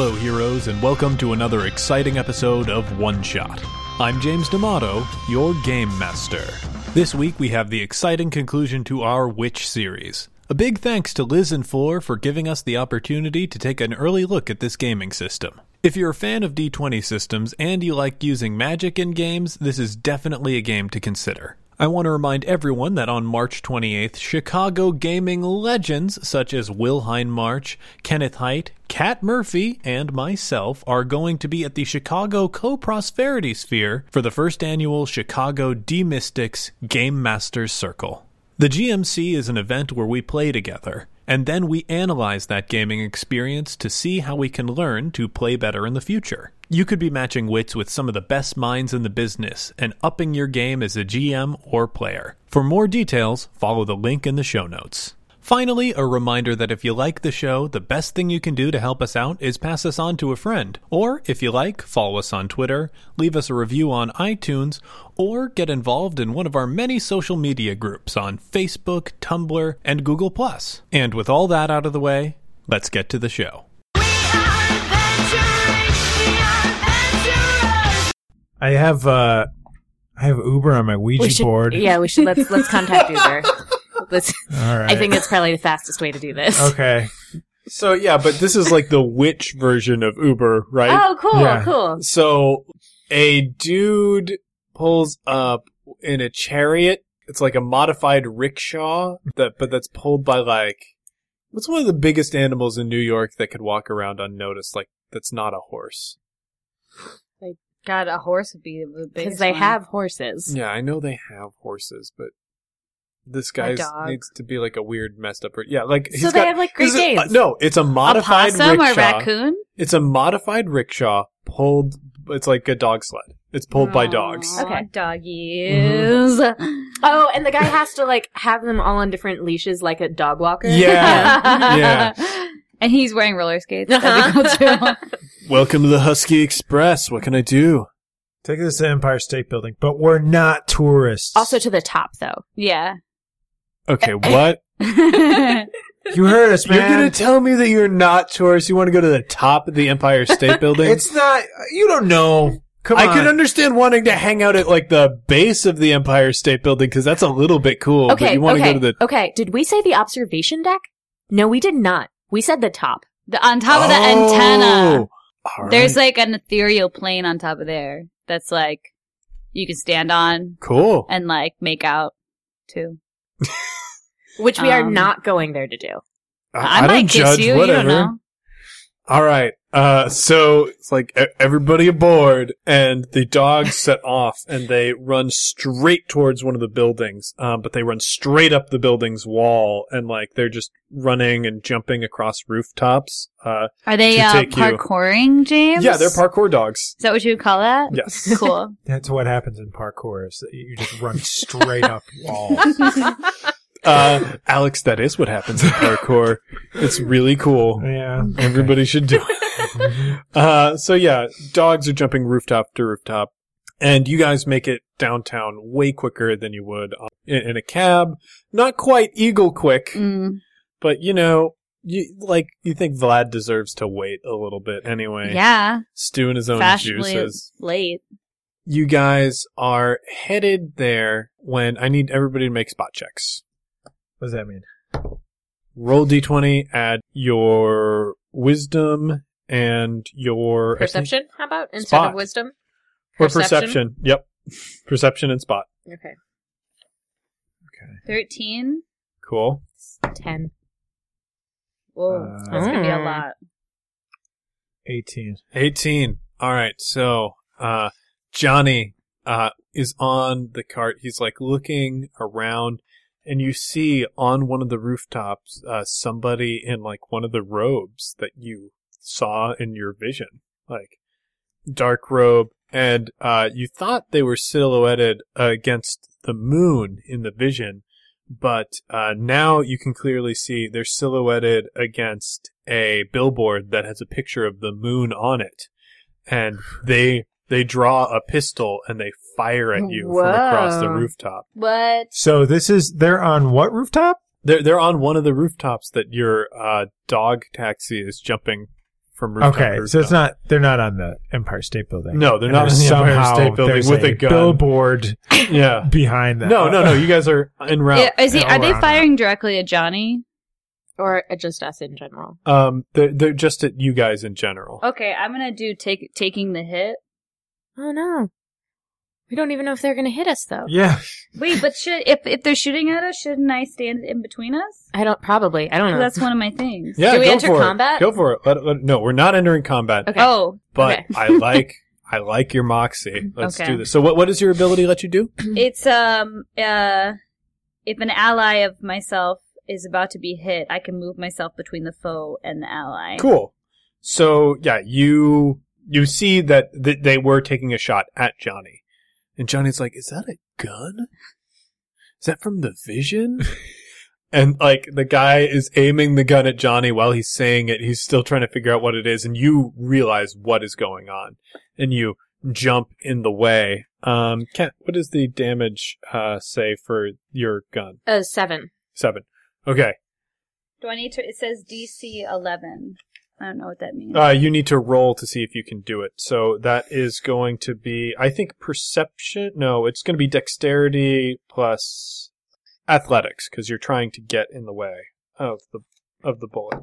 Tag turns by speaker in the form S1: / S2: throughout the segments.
S1: guys, and welcome to another exciting episode of One Shot. I'm James D'Amato, your game master. This week we have the exciting conclusion to our Witch series. A big thanks to Liz and Floor for giving us the opportunity to take an early look at this gaming system. If you're a fan of D20 systems and you like using magic in games, this is definitely a game to consider. I want to remind everyone that on March 28th, Chicago gaming legends such as Will Heinmarch, Kenneth Height, Kat Murphy, and myself are going to be at the Chicago Co Prosperity Sphere for the first annual Chicago D Mystics Game Masters Circle. The GMC is an event where we play together, and then we analyze that gaming experience to see how we can learn to play better in the future. You could be matching wits with some of the best minds in the business and upping your game as a GM or player. For more details, follow the link in the show notes. Finally, a reminder that if you like the show, the best thing you can do to help us out is pass us on to a friend. Or, if you like, follow us on Twitter, leave us a review on iTunes, or get involved in one of our many social media groups on Facebook, Tumblr, and Google. And with all that out of the way, let's get to the show.
S2: I have uh, I have Uber on my Ouija
S3: we should,
S2: board.
S3: Yeah, we should let's let's contact Uber. Let's,
S2: All right.
S3: I think it's probably the fastest way to do this.
S2: Okay.
S1: So, yeah, but this is like the witch version of Uber, right?
S3: Oh, cool,
S2: Yeah.
S3: cool.
S1: So, a dude pulls up in a chariot. It's like a modified rickshaw, that, but that's pulled by like. What's one of the biggest animals in New York that could walk around unnoticed? Like, that's not a horse.
S4: God, a horse would be the biggest.
S3: Because they
S4: one.
S3: have horses.
S1: Yeah, I know they have horses, but this guy
S4: dog.
S1: needs to be like a weird, messed up. Yeah, like
S3: So they have like Great
S1: this is-
S3: Danes.
S1: uh, no, it's a modified
S3: a possum
S1: rickshaw.
S3: or raccoon.
S1: It's a modified rickshaw pulled. It's like a dog sled. It's pulled by dogs.
S4: Aw,
S3: Okay.
S4: doggies.
S3: Oh, and the guy has to like have them all on different leashes, like a dog walker.
S1: Yeah. Yeah.
S4: And he's wearing roller skates. That'd be cool
S3: Uh-huh.
S4: too.
S1: Welcome to the Husky Express. What can I do?
S2: Take this to Empire State Building, but we're not tourists.
S3: also to the top,
S1: Oh,
S3: though.
S4: yeah.
S1: Okay, what?
S2: you heard us,
S1: You're gonna
S2: man.
S1: tell me that you're not tourists. You want to go to the top of the Empire State Building?
S2: it's not. You don't know. Come
S1: I
S2: on.
S1: could understand wanting to hang out at like the base of the Empire State Building because that's a little bit cool. but
S3: okay,
S1: you want
S3: okay,
S1: to go to the
S3: okay. Did we say the observation deck? No, we did not. We said the top.
S4: The, on top of the antenna,
S1: Oh, all
S4: there's
S1: right.
S4: like an ethereal plane on top of there that's like you can stand on
S1: cool.
S4: and like make out too.
S3: Which we are
S4: Um,
S3: not going there to do.
S4: I, might kiss you. You don't know.
S1: All right. Uh, so it's like e- everybody aboard, and the dogs set off, and they run straight towards one of the buildings. Um, but they run straight up the building's wall, and like they're just running and jumping across rooftops. Uh,
S4: Are they
S1: To
S4: uh,
S1: take you.
S4: parkouring, James?
S1: yeah, they're parkour dogs.
S4: Is that what you would call that?
S1: Yes.
S4: Cool.
S2: That's what happens in parkour. Is that you just run straight up walls.
S1: Uh, Alex, that is what happens in parkour. It's really cool.
S2: Yeah.
S1: Oh. Everybody should do it. uh, so yeah, dogs are jumping rooftop to rooftop, and you guys make it downtown way quicker than you would on- in, in a cab. Not quite eagle quick,
S4: Mm.
S1: but you know, you like you think Vlad deserves to wait a little bit anyway.
S4: Yeah.
S1: stew in his own
S4: Fashionably
S1: juices.
S4: late.
S1: You guys are headed there when I need everybody to make spot checks.
S2: What does that mean?
S1: Roll d20, add your wisdom and your
S3: Perception? How about instead
S1: Spot.
S3: of wisdom?
S1: Or perception. Yep. Perception and spot.
S3: Okay.
S4: 13?
S1: Cool.
S3: Ten.
S4: Whoa.
S2: Uh,
S4: that's going to be a
S3: Mm.
S4: lot.
S2: Eighteen.
S1: 18. All right. So, uh, Johnny, uh, is on the cart. He's like looking around and you see on one of the rooftops, uh, somebody in like one of the robes that you saw in your vision, like dark robe. And, uh, you thought they were silhouetted uh, against the moon in the vision, but, uh, now you can clearly see they're silhouetted against a billboard that has a picture of the moon on it. And they, they draw a pistol and they fire at you from across the
S3: Whoa.
S1: rooftop.
S4: What?
S2: So this is they're on what rooftop?
S1: They're they're on one of the rooftops that your uh, dog taxi is jumping from rooftop
S2: Okay,
S1: to
S2: so it's
S1: rooftop.
S2: not they're not on the Empire State Building.
S1: No, they're
S2: And
S1: not in
S2: there's
S1: the Empire
S2: somehow-
S1: State Building
S2: there's
S1: with a gun.
S2: billboard
S1: Yeah.
S2: behind that.
S1: No, no, no. You guys are en route.
S4: Yeah, is he,
S2: Yeah,
S4: are they
S2: we're on
S4: firing directly at Johnny?
S3: or uh, just us in general.
S1: Um, they're, they're just at you guys in general.
S4: Okay, I'm gonna do take taking the hit.
S3: Oh no, we don't even know if they're gonna hit us though.
S2: Yeah,
S4: Wait, but should if if they're shooting at us, shouldn't I stand in between us?
S3: I don't probably. I don't know.
S4: That's one of my things.
S1: Yeah,
S3: Do we
S1: go
S3: enter
S1: for It.
S3: combat?
S1: Go for it. Let- let- no, we're not entering combat.
S3: Okay.
S4: Oh,
S1: But
S3: okay.
S1: I like I like your moxie. Let's
S4: Okay.
S1: do this. So what what does your ability let you do?
S4: it's um uh, if an ally of myself is about to be hit, I can move myself between the foe and the ally.
S1: Cool. So yeah, you you see that th- they were taking a shot at Johnny, and Johnny's like, "Is that a gun? Is that from the Vision?" and like the guy is aiming the gun at Johnny while he's saying it. He's still trying to figure out what it is, and you realize what is going on, and you jump in the way. Um, Kat, what does the damage uh say for your gun?
S3: Uh, seven.
S1: Seven. Okay.
S4: Do I need to? It says DC 11. I don't know what that means.
S1: Uh, you need to roll to see if you can do it. So that is going to be, I think, perception. No, it's going to be dexterity plus athletics because you're trying to get in the way of the of the bullet.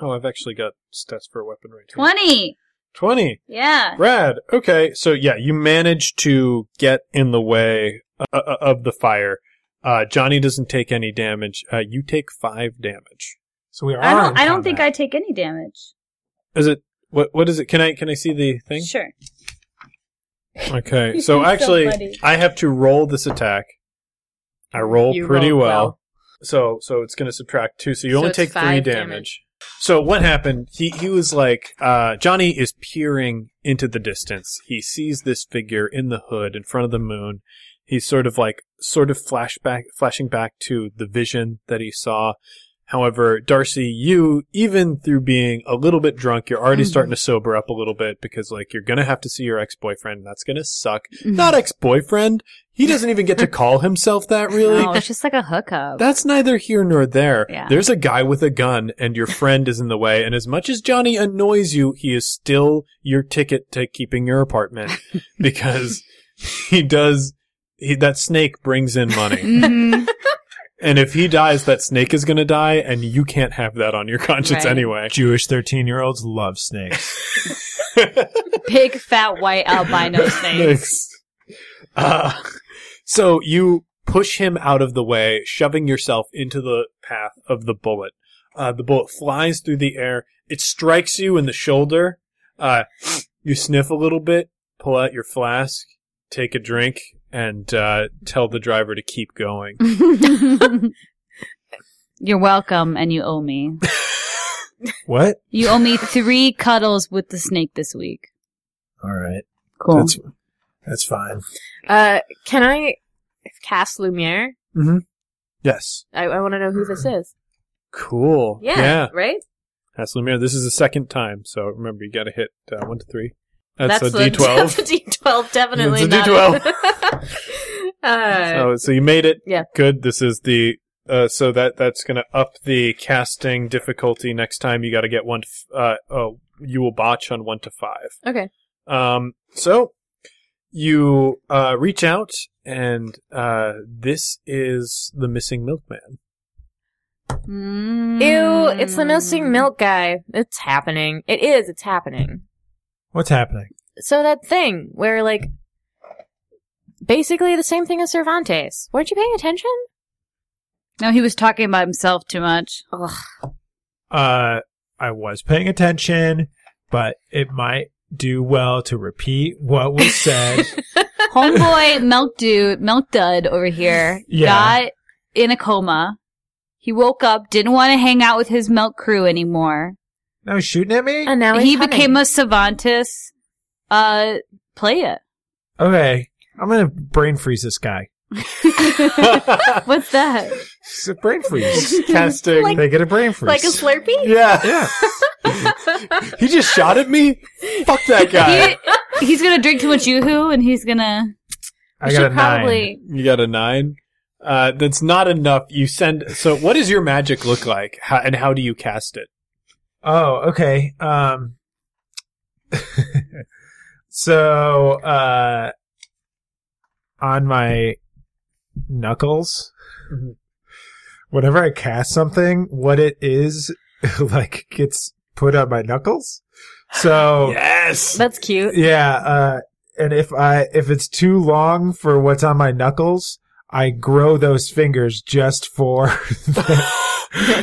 S1: Oh, I've actually got stats for a weapon right here.
S4: 20.
S1: Twenty.
S4: Yeah.
S1: Rad. Okay, so yeah, you manage to get in the way uh, uh, of the fire. Uh, Johnny doesn't take any damage. Uh, you take five damage.
S2: so we are.
S4: I
S2: in
S4: don't. I don't think I
S2: combat.
S4: take any damage.
S1: Is it? What? What is it? Can I? Can I see the thing?
S4: Sure.
S1: Okay,
S4: You're
S1: so
S4: so
S1: actually,
S4: funny.
S1: I have to roll this attack. I roll
S3: You
S1: pretty
S3: rolled
S1: well.
S3: well.
S1: so so it's going to subtract two. So you
S3: So
S1: only
S3: it's
S1: take three
S3: five
S1: damage.
S3: damage.
S1: So what happened? He he was like, uh, Johnny is peering into the distance. He sees this figure in the hood in front of the moon. He's sort of like sort of flashback flashing back to the vision that he saw. However, Darcy, you even through being a little bit drunk, you're
S2: Hmm.
S1: already starting to sober up a little bit because like you're gonna have to see your ex boyfriend, and that's gonna suck. Not ex boyfriend. He doesn't even get to call himself that really.
S4: No, it's just like a hookup.
S1: That's neither here nor there.
S4: Yeah.
S1: There's a guy with a gun and your friend is in the way. And as much as Johnny annoys you, he is still your ticket to keeping your apartment because he does, he, that snake brings in money.
S2: Mm-hmm.
S4: Mhm.
S1: and if he dies, that snake is going to die and you can't have that on your conscience
S4: Right.
S1: anyway.
S2: Jewish thirteen-year-olds love snakes.
S4: Big fat white albino snake.
S1: Thanks. Uh, so you push him out of the way, shoving yourself into the path of the bullet. Uh, the bullet flies through the air. It strikes you in the shoulder. Uh, you sniff a little bit, pull out your flask, take a drink, and uh, tell the driver to keep going.
S4: You're welcome, and you owe me.
S2: what?
S4: You owe me three cuddles with the snake this week.
S2: All right,
S4: Cool.
S2: that's that's fine.
S3: Uh, can I cast Lumiere?
S1: Yes.
S3: I, I want to know who this is.
S1: Cool.
S3: Yeah,
S1: Yeah.
S3: right.
S1: That's Lumiere. This is the second time, so remember you got to hit uh, one to three. That's, a
S3: the-
S1: D twelve.
S3: That's a D twelve. Definitely
S1: It's a
S3: not a- uh,
S1: Oh, So, so you made it.
S3: Yeah.
S1: Good. This is the. Uh, so that that's gonna up the casting difficulty next time. You got to get one. To f- uh, uh, you will botch on one to five.
S3: okay.
S1: Um, so you uh, reach out, and uh, this is the missing milkman.
S4: Mm.
S3: Ew! It's the missing milk guy. It's happening. It is. It's happening.
S2: What's happening?
S3: So that thing where like basically the same thing as Cervantes. Weren't you paying attention?
S4: No, he was talking about himself too much.
S3: Ugh.
S2: Uh, I was paying attention, but it might do well to repeat what was said.
S4: Homeboy milk dude, milk dud over here
S2: Yeah.
S4: got in a coma. He woke up, didn't want to hang out with his milk crew anymore.
S2: no shooting at me.
S3: And now he's
S4: he
S3: humming.
S4: became a savantis uh player.
S2: Okay, I'm gonna brain freeze this guy.
S4: What's that?
S2: It's a brain freeze.
S1: casting.
S3: Like-
S2: they get a brain freeze.
S3: like a Slurpee.
S1: yeah.
S2: yeah.
S1: He just shot at me. Fuck that guy.
S4: He, he's gonna drink too much yoo-hoo and he's gonna
S2: I
S4: we
S2: got
S4: should
S2: a nine.
S4: probably
S1: You got a nine. Uh, that's not enough. You send. So, what does your magic look like, how, and how do you cast it?
S2: Oh, okay. Um, so, uh, on my knuckles,
S1: Mhm.
S2: whenever I cast something, what it is, like, gets put on my knuckles. So,
S1: Yes.
S3: That's cute.
S2: yeah, uh, and if I if it's too long for what's on my knuckles, I grow those fingers just for.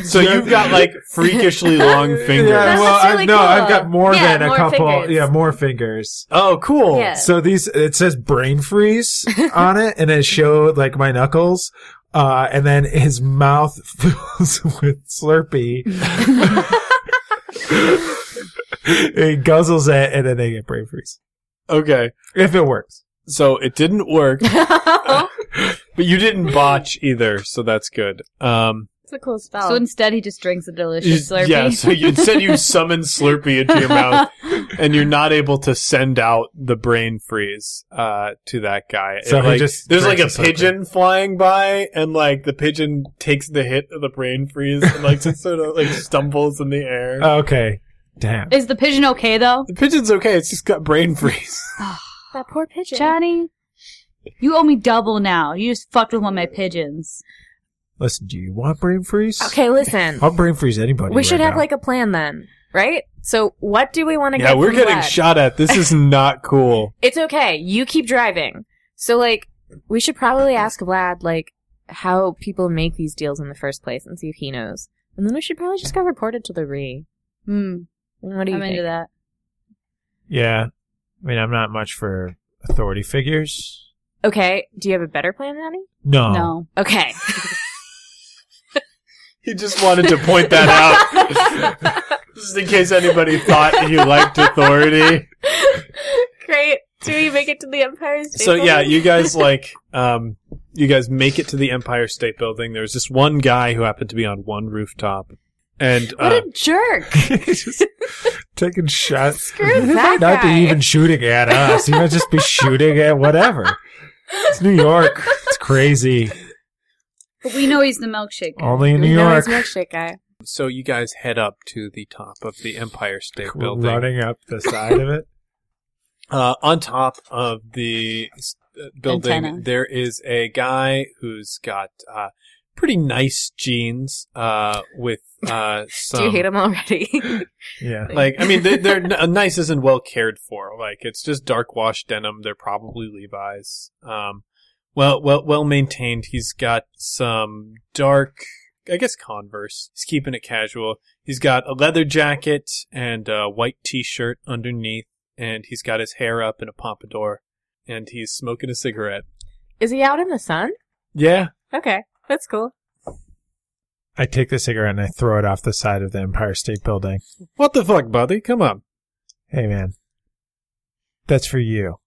S1: So you've got like freakishly long fingers.
S2: Yeah,
S3: That's
S2: well, I,
S3: really
S2: no,
S3: cool.
S2: I've got more
S3: Yeah,
S2: than a
S3: more
S2: couple.
S3: fingers.
S2: Yeah, more fingers.
S1: Oh, cool.
S3: Yeah.
S2: So these it says brain freeze on it, and it showed like my knuckles. Uh, and then his mouth fills with Slurpee. he guzzles it, and then they get brain freeze.
S1: Okay.
S2: If it works,
S1: So it didn't work, but you didn't botch either, so that's good. Um,
S3: It's a cool spell.
S4: So instead, he just drinks a delicious
S1: you-
S4: Slurpee.
S1: Yeah, so you, instead you summon Slurpee into your mouth, and you're not able to send out the brain freeze uh, to that guy.
S2: So
S1: It,
S2: he
S1: like,
S2: just
S1: there's like a
S2: drinks a Slurpee.
S1: pigeon flying by, and like the pigeon takes the hit of the brain freeze and like just sort of like stumbles in the air.
S2: okay. Damn.
S4: Is the pigeon okay though?
S1: the pigeon's okay; it's just got brain freeze.
S3: that poor pigeon.
S4: Johnny, you owe me double now. You just fucked with one of my pigeons.
S2: Listen, do you want brain freeze?
S3: Okay, listen.
S2: I'll brain freeze anybody.
S3: We should
S2: right
S3: have
S2: now.
S3: like a plan then, right? So what do we want to
S1: yeah,
S3: get?
S1: we're
S3: from
S1: getting
S3: Vlad?
S1: shot at. This is not cool.
S3: It's okay. You keep driving. So like, we should probably ask Vlad like how people make these deals in the first place and see if he knows. And then we should probably just go report it to the re.
S4: Hmm.
S3: What do you
S4: I'm
S3: think?
S4: into that.
S2: Yeah. I mean, I'm not much for authority figures.
S3: Okay. Do you have a better plan, Annie?
S2: No.
S4: No.
S3: Okay.
S1: He just wanted to point that out. just in case anybody thought he liked authority.
S3: Great. Do we make it to the Empire State?
S1: So yeah,
S3: Building?
S1: you guys like um you guys make it to the Empire State Building. There's this one guy who happened to be on one rooftop. And
S3: What
S1: uh,
S3: a jerk!
S2: Just taking shots.
S3: Screw
S2: He
S3: that
S2: might not
S3: guy.
S2: be even shooting at us. He might just be shooting at whatever. It's New York. It's crazy.
S4: But we know he's the milkshake. guy.
S2: Only in New
S3: No,
S2: York.
S3: he's a milkshake guy.
S1: so you guys head up to the top of the Empire State
S2: We're
S1: Building.
S2: running up the side of it.
S1: Uh, on top of the s- uh, building,
S4: Antenna.
S1: there is a guy who's got uh, pretty nice jeans uh, with uh, some.
S3: Do you hate him already?
S2: Yeah.
S1: Like, I mean, they, they're n- nice isn't well cared for. Like, it's just dark wash denim. They're probably Levi's. Um, well, well, well maintained. He's got some dark, I guess, Converse. He's keeping it casual. He's got a leather jacket and a white t-shirt underneath, and he's got his hair up in a pompadour, and he's smoking a cigarette.
S3: Is he out in the sun?
S1: Yeah.
S3: Okay, that's cool.
S2: I take the cigarette and I throw it off the side of the Empire State Building.
S1: What the fuck, buddy? Come on.
S2: Hey, man. That's for you.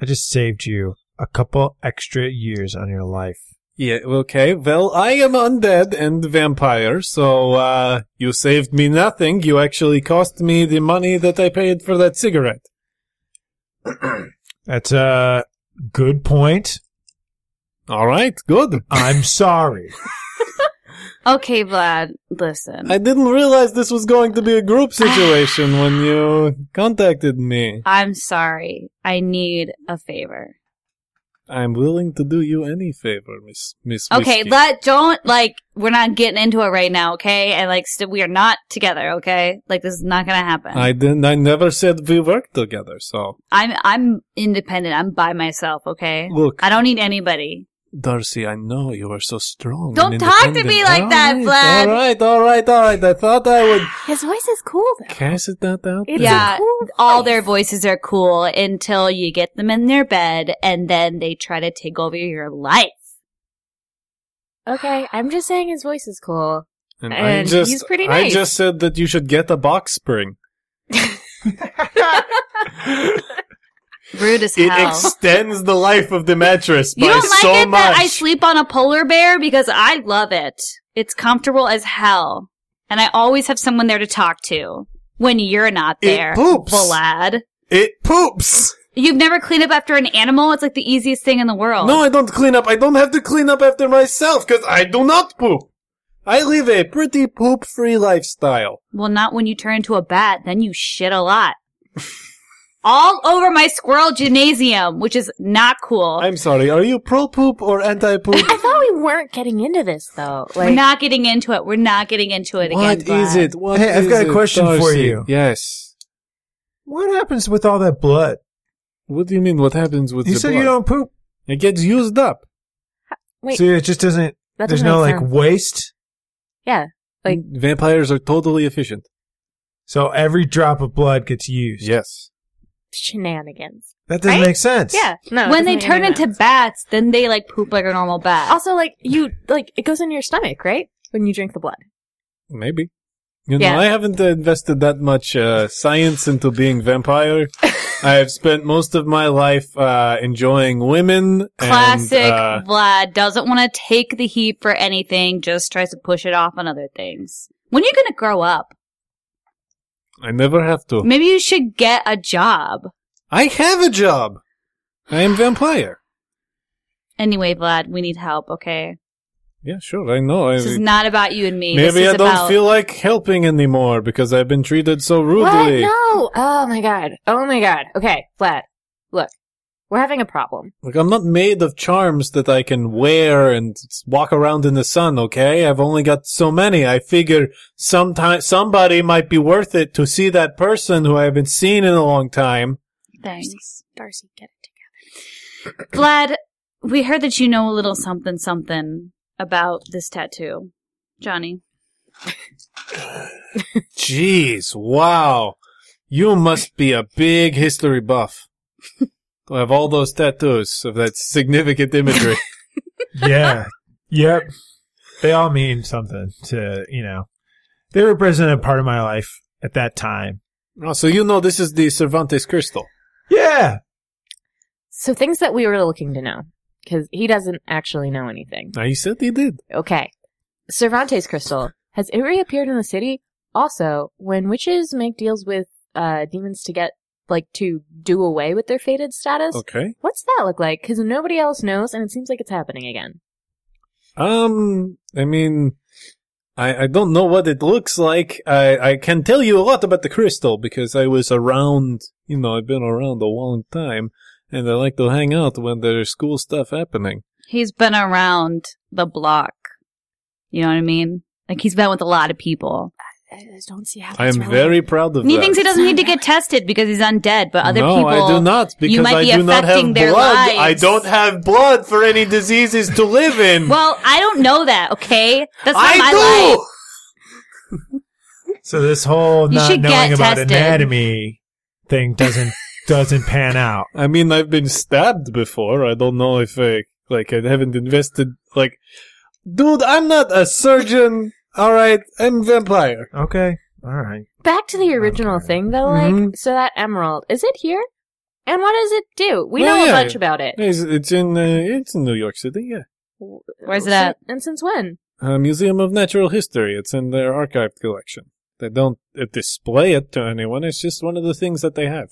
S2: I just saved you a couple extra years on your life.
S1: Yeah, okay. Well, I am undead and vampire, so uh you saved me nothing. You actually cost me the money that I paid for that cigarette.
S2: That's a good point.
S1: All right, good.
S2: I'm sorry. Oh.
S4: Okay, Vlad. Listen,
S1: I didn't realize this was going to be a group situation when you contacted me.
S4: I'm sorry. I need a favor.
S1: I'm willing to do you any favor, Miss Miss
S4: Okay,
S1: Whiskey.
S4: let don't like we're not getting into it right now, okay? And like st- we are not together, okay? Like this is not gonna happen.
S1: I didn't I never said we worked together, so
S4: I'm I'm independent. I'm by myself, okay?
S1: look,
S4: I don't need anybody.
S1: Darcy, I know you are so strong. and
S4: Don't talk to
S1: independent.
S4: me like
S1: All
S4: that,
S1: right,
S4: Vlad.
S1: All right, all right, all right. I thought I would
S3: His voice is cool though.
S1: Cast that out.
S3: It's
S4: Yeah,
S3: a cool
S4: All
S3: voice.
S4: their voices are cool until you get them in their bed and then they try to take over your life.
S3: Okay, I'm just saying his voice is cool.
S1: And,
S3: And
S1: I just,
S3: he's pretty
S1: I
S3: nice.
S1: just said that you should get a box spring.
S4: Rude as hell.
S1: extends the life of the mattress
S4: you don't like it that I sleep on a polar bear because I love it. It's comfortable as hell. And I always have someone there to talk to when you're not
S1: It
S4: there.
S1: poops.
S4: Vlad.
S1: it poops.
S4: You've never cleaned up after an animal? It's like the Oh. easiest thing in the world.
S1: No, I don't clean up. I don't have to clean up after myself because I do not poop. I live a pretty poop free lifestyle.
S4: Well, not when you turn into a bat, then you shit a lot. All over my squirrel gymnasium, which is not cool.
S1: I'm sorry, are you pro poop or anti poop?
S3: I thought we weren't getting into this though.
S4: We're
S3: Like,
S4: not getting into it. We're not getting into it
S1: What
S4: again. Vlad.
S1: is it? What
S2: Hey, I've
S1: is
S2: got a
S1: it,
S2: question for
S1: Darcy?
S2: you.
S1: Yes.
S2: What happens with all that blood?
S1: What do you mean? What happens with
S2: you
S1: the
S2: said
S1: blood?
S2: you don't poop.
S1: It gets used up.
S3: wait,
S2: so it just doesn't.
S3: that
S2: there's
S3: doesn't
S2: no
S3: make
S2: like
S3: sense.
S2: waste.
S3: yeah, Like-
S1: Vampires are totally efficient.
S2: So every drop of blood gets used.
S1: Yes.
S3: shenanigans.
S2: That doesn't
S3: Right?
S2: make sense.
S3: Yeah, no. it
S4: when
S3: doesn't
S4: they
S3: make
S4: turn
S3: any
S4: into
S3: sense.
S4: bats, then they like poop like a normal bat.
S3: also like you like it goes into your stomach, right? When you drink the blood.
S1: Maybe. You
S3: Yeah.
S1: know, I haven't uh, invested that much uh, science into being vampire. I have spent most of my life uh, enjoying women.
S4: Classic
S1: And, uh,
S4: Vlad doesn't want to take the heat for anything, just tries to push it off on other things. When are you going to grow up?
S1: I never have to.
S4: Maybe you should get a job.
S1: I have a job. I am vampire.
S4: Anyway, Vlad, we need help, okay?
S1: Yeah, sure. I know. I,
S4: This is not about you and me. This
S1: maybe
S4: is
S1: I don't
S4: about-
S1: feel like helping anymore because I've been treated so
S3: What?
S1: rudely.
S3: No. Oh my god. Oh my god. Okay, Vlad. Look, we're having a problem.
S1: Like I'm not made of charms that I can wear and s- walk around in the sun, okay? I've only got so many. I figure sometime somebody might be worth it to see that person who I haven't seen in a long time.
S4: Thanks.
S3: Darcy, get it.
S4: Vlad, we heard that you know a little something something about this tattoo. Johnny.
S1: Jeez, wow. You must be a big history buff. to have all those tattoos of that significant imagery.
S2: yeah. Yep. They all mean something to, you know, they represent a part of my life at that time.
S1: oh, so you know this is the Cervantes crystal.
S2: Yeah.
S3: So things that we were looking to know because he doesn't actually know anything.
S1: Now you said he did.
S3: Okay. Cervantes crystal. Has it reappeared in the city? Also, when witches make deals with uh, demons to get, like, to do away with their fated status,
S1: Okay.
S3: what's that look like? Because nobody else knows, and it seems like it's happening again.
S1: Um, I mean, I, I don't know what it looks like. I, I can tell you a lot about the crystal because I was around, you know, I've been around a long time and I like to hang out when there's school stuff happening.
S4: He's been around the block. You know what I mean? Like he's been with a lot of people.
S3: I just don't see how
S1: I am very proud of
S4: And he
S1: that.
S4: thinks he doesn't need to get tested because he's undead, but other
S1: no,
S4: people
S1: I do not because
S4: might
S1: I
S4: be
S1: do not have
S4: affecting
S1: blood.
S4: their lives.
S1: I don't have blood for any diseases to live in.
S4: Well, I don't know that, okay? That's not
S1: I
S4: my
S1: do.
S4: life.
S2: So this whole
S4: You
S2: not
S4: should get
S2: knowing about
S4: tested.
S2: anatomy thing doesn't doesn't pan out.
S1: I mean, I've been stabbed before. I don't know if I like I haven't invested like, dude. I'm not a surgeon. All right, I'm vampire.
S2: Okay. All right.
S3: Back to the original
S2: Okay.
S3: thing, though,
S1: Mm-hmm.
S3: like, so that emerald, is it here? And what does it do? We
S1: Well,
S3: know
S1: yeah.
S3: a bunch about it.
S1: It's, it's in uh, it's in New York City. Yeah,
S4: Where's it
S3: So-
S4: at?
S3: And since when?
S1: uh, Museum of Natural History. It's in their archive collection. They don't uh, display it to anyone. It's just one of the things that they have.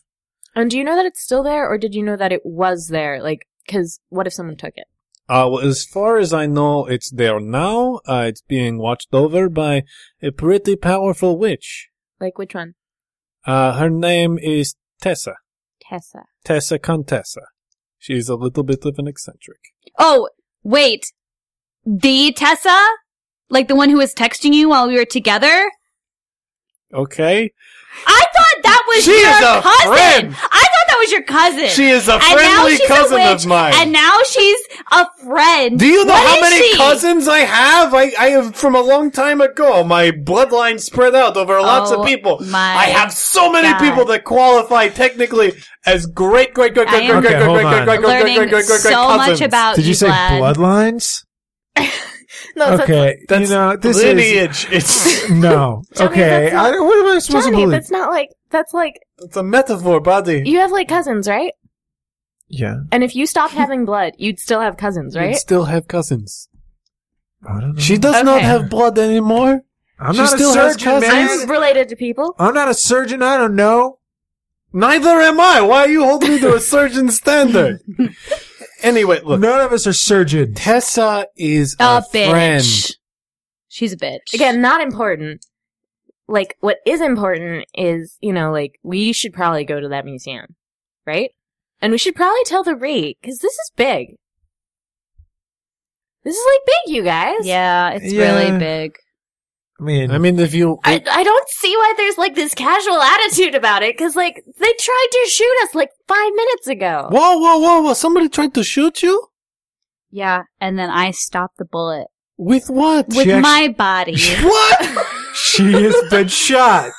S3: And do you know that it's still there, or did you know that it was there? Like, because what if someone took it?
S1: Uh, well, as far as I know, it's there now. Uh, it's being watched over by a pretty powerful witch.
S3: Like, which one?
S1: Uh, her name is Tessa.
S3: Tessa.
S1: Tessa Contessa. She's a little bit of an eccentric.
S4: Oh, wait. The Tessa? Like the one who was texting you while we were together?
S1: Okay?
S4: I thought that was
S1: She
S4: your
S1: is a
S4: cousin.
S1: friend.
S4: I thought that was your cousin.
S1: She is a
S4: And now
S1: friendly
S4: she's a
S1: cousin
S4: witch,
S1: of mine.
S4: And now she's a friend.
S1: Do you know
S4: What
S1: how
S4: is
S1: many
S4: she?
S1: cousins I have? I, I am from a long time ago. My bloodline spread out over lots
S4: Oh
S1: of people.
S4: my
S1: I have so many
S4: God.
S1: people that qualify technically as great, great, great, great,
S4: I
S1: great,
S4: am
S1: great, great,
S2: Okay, hold
S1: great, great,
S2: on.
S1: great, great,
S4: Learning
S1: great, great, great, great
S4: so
S1: cousins.
S4: much about
S2: Did you say
S4: Vlad.
S2: bloodlines?
S3: No, it's
S2: Okay.
S1: That's
S2: you know, this is
S1: lineage. It's
S2: no.
S3: Johnny,
S2: okay.
S3: that's not-
S2: I, what am I supposed
S3: Johnny,
S2: to believe?
S3: that's not like that's like
S1: it's a metaphor, buddy.
S3: you have like cousins, right?
S2: Yeah.
S3: And if you stopped having blood, you'd still have cousins,
S1: You
S3: right?
S1: still have cousins.
S2: I don't know.
S1: She does not
S3: Okay.
S1: have blood anymore.
S2: I'm
S1: she
S2: not a
S1: still has
S2: surgeon,
S1: cousins.
S2: man.
S3: I'm related to people.
S2: I'm not a surgeon. I don't know.
S1: Neither am I. Why are you holding me to a surgeon standard? anyway, look.
S2: None of us are surgeons.
S1: Tessa is
S4: A
S1: a,
S4: bitch.
S1: friend.
S4: She's a bitch.
S3: Again, not important. Like, what is important is, you know, like, we should probably go to that museum, right? And we should probably tell the rate, because this is big. This is like big, you guys.
S4: Yeah, it's
S2: Yeah.
S4: really big.
S2: I mean,
S1: I mean, if you
S3: I, I don't see why there's like this casual attitude about it, because like, they tried to shoot us like five minutes ago.
S1: whoa, whoa, whoa, whoa! Somebody tried to shoot you
S4: Yeah, and then I stopped the bullet
S1: with what?
S4: with
S2: actu-
S4: my body.
S1: what?
S2: she has been shot.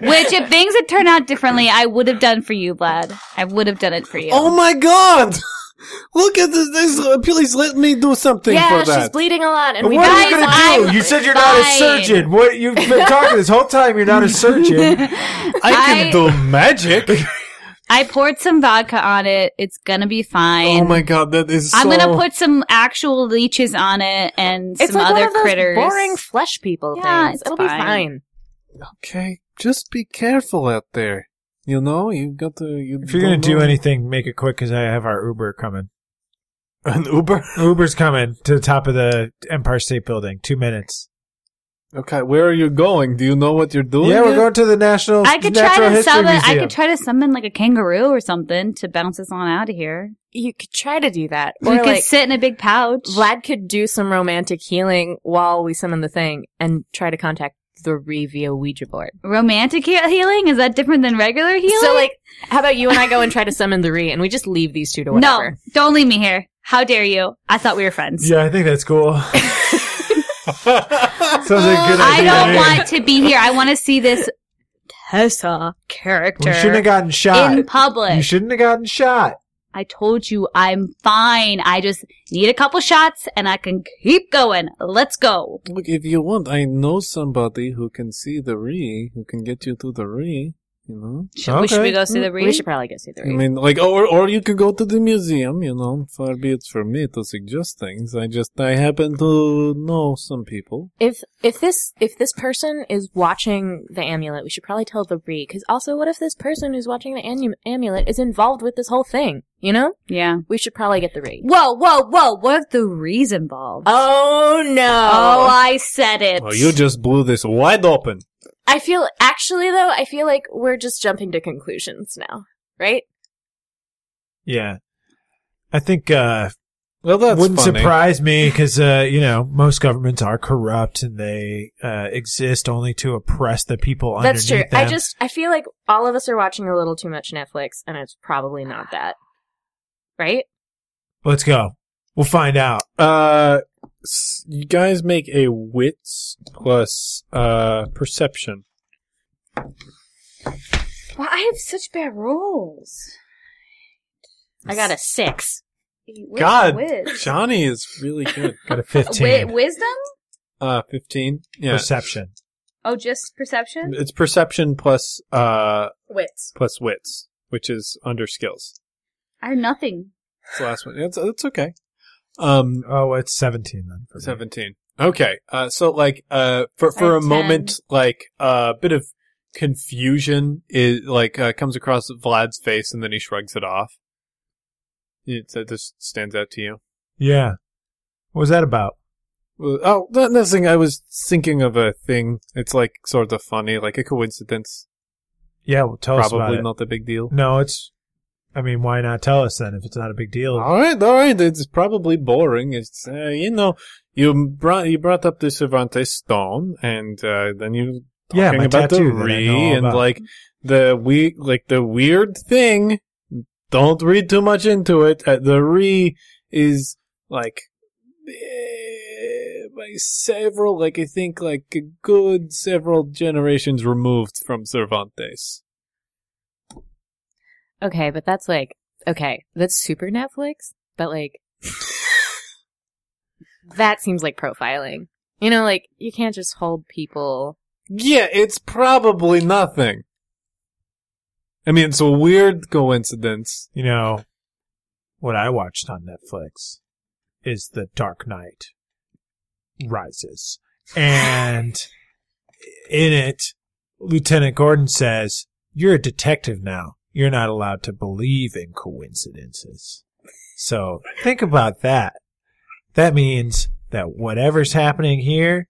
S4: Which, if things had turned out differently, I would have done for you, Vlad. I would have done it for you.
S1: Oh my god! Look at this! this uh, please let me do something
S3: yeah,
S1: for
S3: she's
S1: that.
S3: bleeding a lot, and
S2: But
S3: we
S2: what are
S3: guys,
S2: you gonna do?
S4: I'm
S2: you said you're not a
S4: fine.
S2: surgeon. What you've been talking this whole time? You're not a surgeon.
S1: I can
S4: I-
S1: do magic.
S4: I poured some vodka on it. It's gonna be fine.
S1: oh my god, that is.
S4: I'm
S1: so-
S4: gonna put some actual leeches on it and
S3: it's
S4: some
S3: like
S4: other
S3: one of those
S4: critters.
S3: boring flesh people
S4: Yeah,
S3: things.
S4: it's
S3: It'll be
S4: fine.
S3: fine.
S1: Okay, just be careful out there. You know, you got to. You
S2: if you're gonna
S1: don't
S2: do
S1: know.
S2: anything, make it quick because I have our Uber coming.
S1: an Uber.
S2: Uber's coming to the top of the Empire State Building. Two minutes.
S1: Okay, where are you going? Do you know what you're doing?
S2: yeah, we're
S1: yet?
S2: going to the National
S4: I could try
S2: Natural
S4: to
S2: History
S4: summon.
S2: Museum.
S4: I could try to summon like a kangaroo or something to bounce us on out of here.
S3: You could try to do that,
S4: we
S3: or
S4: could
S3: like
S4: sit in a big pouch.
S3: Vlad could do some romantic healing while we summon the thing and try to contact the Ree via Ouija board.
S4: Romantic he- healing is that different than regular healing?
S3: So, like, how about you and I go and try to summon the Ree, and we just leave these two to
S4: no,
S3: whatever?
S4: don't leave me here. How dare you? I thought we were friends.
S2: Yeah, I think that's cool. Sounds like a good
S4: I
S2: idea.
S4: don't
S2: to me.
S4: want to be here. I want to see this Tessa character
S2: You shouldn't have gotten shot.
S4: in public.
S2: You shouldn't have gotten shot.
S4: I told you I'm fine. I just need a couple shots and I can keep going. Let's go.
S1: Look, if you want, I know somebody who can see the re, who can get you to the re. You know,
S4: Should, we, should
S2: Okay. Mm,
S4: we go see the
S3: We
S4: read?
S3: should probably go see the
S1: I
S3: Ree.
S1: mean, like, or or you could go to the museum. You know, far be it for me to suggest things. I just I happen to know some people.
S3: if if this if this person is watching the amulet, we should probably tell the Ree. Because also, what if this person who's watching the amu- amulet is involved with this whole thing? You know,
S4: Yeah.
S3: we should probably get the Ree.
S4: Whoa, whoa, whoa. What if the re's involved?
S3: Oh no!
S4: Oh, I said it.
S1: Well, you just blew this wide open.
S3: I feel actually though, I feel like we're just jumping to conclusions now, right?
S2: Yeah. I think uh
S1: Well, that's
S2: wouldn't
S1: funny.
S2: surprise me because uh, you know most governments are corrupt and they uh, exist only to oppress the people
S3: That's true.
S2: underneath
S3: I
S2: them.
S3: just I feel like all of us are watching a little too much Netflix and it's probably not that. Right?
S2: Let's go. We'll find out.
S1: Uh, s- you guys make a wits plus uh perception.
S4: Well, I have such bad rolls.
S3: I got a 6.
S1: God, Johnny is really good.
S2: Got a fifteen
S4: wisdom?
S1: Uh, fifteen. Yeah,
S2: perception.
S4: Oh, just perception?
S1: it's perception plus uh
S3: Wits.
S1: plus wits, which is under skills.
S4: I have nothing.
S1: It's the last one. It's it's okay. Um,
S2: Oh, it's seventeen then. for me.
S1: 17 okay uh so like uh for for a
S4: I have 10.
S1: moment like uh, a bit of confusion is like uh, comes across vlad's face and then he shrugs it off it, that just stands out to you
S2: Yeah. What was that about?
S1: Well, oh no- nothing i was thinking of a thing it's like sort of funny like a coincidence
S2: Yeah. Well, tell us
S1: probably
S2: about
S1: not a big deal
S2: it. No, it's. I mean, why not tell us then if it's not a big deal?
S1: All right, all right. It's probably boring. It's uh, you know, you brought you brought up the Cervantes stone, and uh, then you
S2: Yeah,
S1: talking
S2: my
S1: about
S2: tattoo
S1: the
S2: that I
S1: re
S2: know all
S1: and
S2: about.
S1: like the we like the weird thing. Don't read too much into it. Uh, the re is like eh, by several, like I think, like a good several generations removed from Cervantes.
S3: Okay, but that's like okay, that's super Netflix, but like that seems like profiling. You know, like you can't just hold people.
S1: Yeah, it's probably nothing. I mean, it's a weird coincidence.
S2: You know, what I watched on Netflix is The Dark Knight Rises. And in it, Lieutenant Gordon says, You're a detective now. You're not allowed to believe in coincidences. So think about that. That means that whatever's happening here,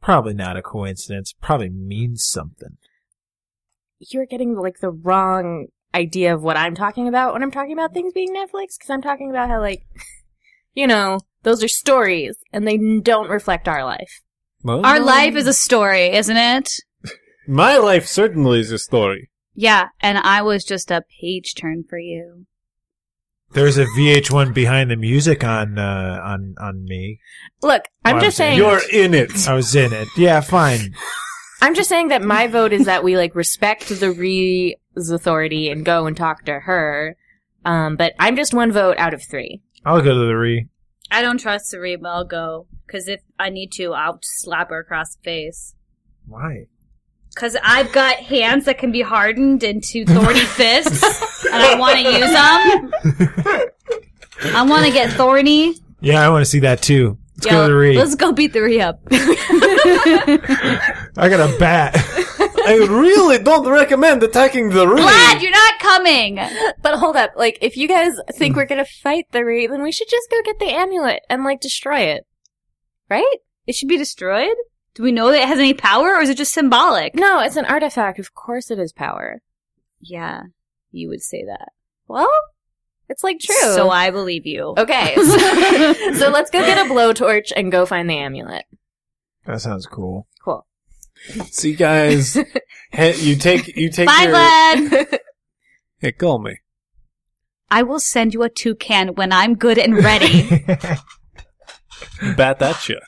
S2: probably not a coincidence, probably means something.
S3: You're getting like the wrong idea of what I'm talking about when I'm talking about things being Netflix because I'm talking about how like, you know, those are stories and they n- don't reflect our life.
S1: Well,
S4: Our life is a story, isn't it?
S1: my life certainly is a story.
S4: Yeah, and I was just a page turn for you.
S2: There's a VH1 behind the music on uh, on on me.
S3: Look, I'm
S2: Well,
S3: just
S2: I'm
S3: saying.
S1: You're in it.
S2: I was in it. Yeah, fine.
S3: I'm just saying that my vote is that we like respect the Re's authority and go and talk to her. Um, but I'm just one vote out of three.
S2: I'll go to the re.
S4: I don't trust the but I'll go. Because if I need to, I'll slap her across the face.
S2: Why?
S4: Because I've got hands that can be hardened into thorny fists, and I want to use them. I want to get thorny.
S2: Yeah, I want to see that too. Let's go
S4: Yeah,
S2: to the re.
S4: Let's go beat the re up.
S2: I got a bat.
S1: I really don't recommend attacking the room.
S4: Vlad, you're not coming.
S3: But hold up, like if you guys
S1: Hmm.
S3: think we're gonna fight the Re, then we should just go get the amulet and like destroy it, right?
S4: It should be destroyed. Do we know that it has any power, or is it just symbolic?
S3: No, it's an artifact. Of course, it is power.
S4: Yeah, you would say that.
S3: Well, it's like true.
S4: So I believe you.
S3: okay, so, so let's go get a blowtorch and go find the amulet.
S2: that sounds cool.
S3: Cool.
S1: See, guys, he- you take you take
S4: Bye,
S1: your.
S4: Vlad.
S1: Hey, call me.
S4: I will send you a toucan when I'm good and ready.
S1: Bat at you.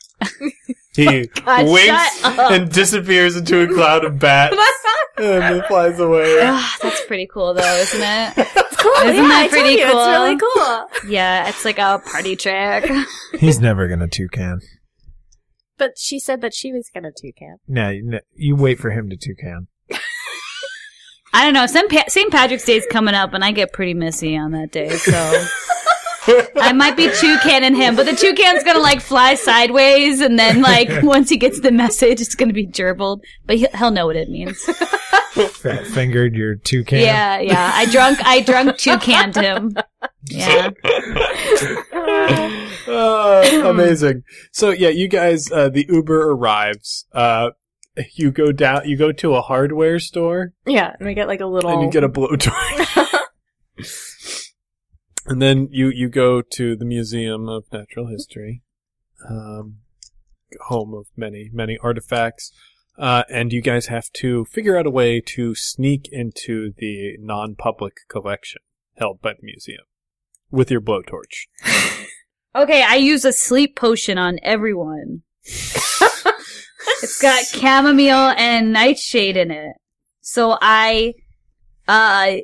S1: He
S4: God,
S1: winks
S4: Uh, shut up.
S1: and disappears into a cloud of bats and then flies away.
S4: Ugh, Ah, that's pretty cool, though, isn't it?
S3: It's cool.
S4: Isn't
S3: yeah,
S4: that
S3: I told
S4: pretty
S3: you,
S4: cool?
S3: It's really cool.
S4: Yeah, it's like a party trick.
S2: He's never gonna toucan.
S3: But she said that she was gonna toucan.
S2: No, you- no, you wait for him to toucan.
S4: I don't know. Some pa- St. Patrick's Day's coming up, and I get pretty messy on that day, so I might be toucaning him. But the toucan's gonna like fly sideways, and then like once he gets the message, it's gonna be gerbled. But he- he'll know what it means.
S2: Fat fingered your toucan.
S4: Yeah, yeah. I drunk, I drunk toucaned him. Yeah.
S1: Uh, amazing. So yeah, you guys, uh, the Uber arrives. Uh, you go down. You go to a hardware store
S3: Yeah, and we get like a little.
S1: and you get a blowtorch. and then you you go to the Museum of Natural History, um, home of many many artifacts, uh, and you guys have to figure out a way to sneak into the non-public collection held by the museum with your blowtorch.
S4: Okay, I use a sleep potion on everyone. it's got chamomile and nightshade in it. So I uh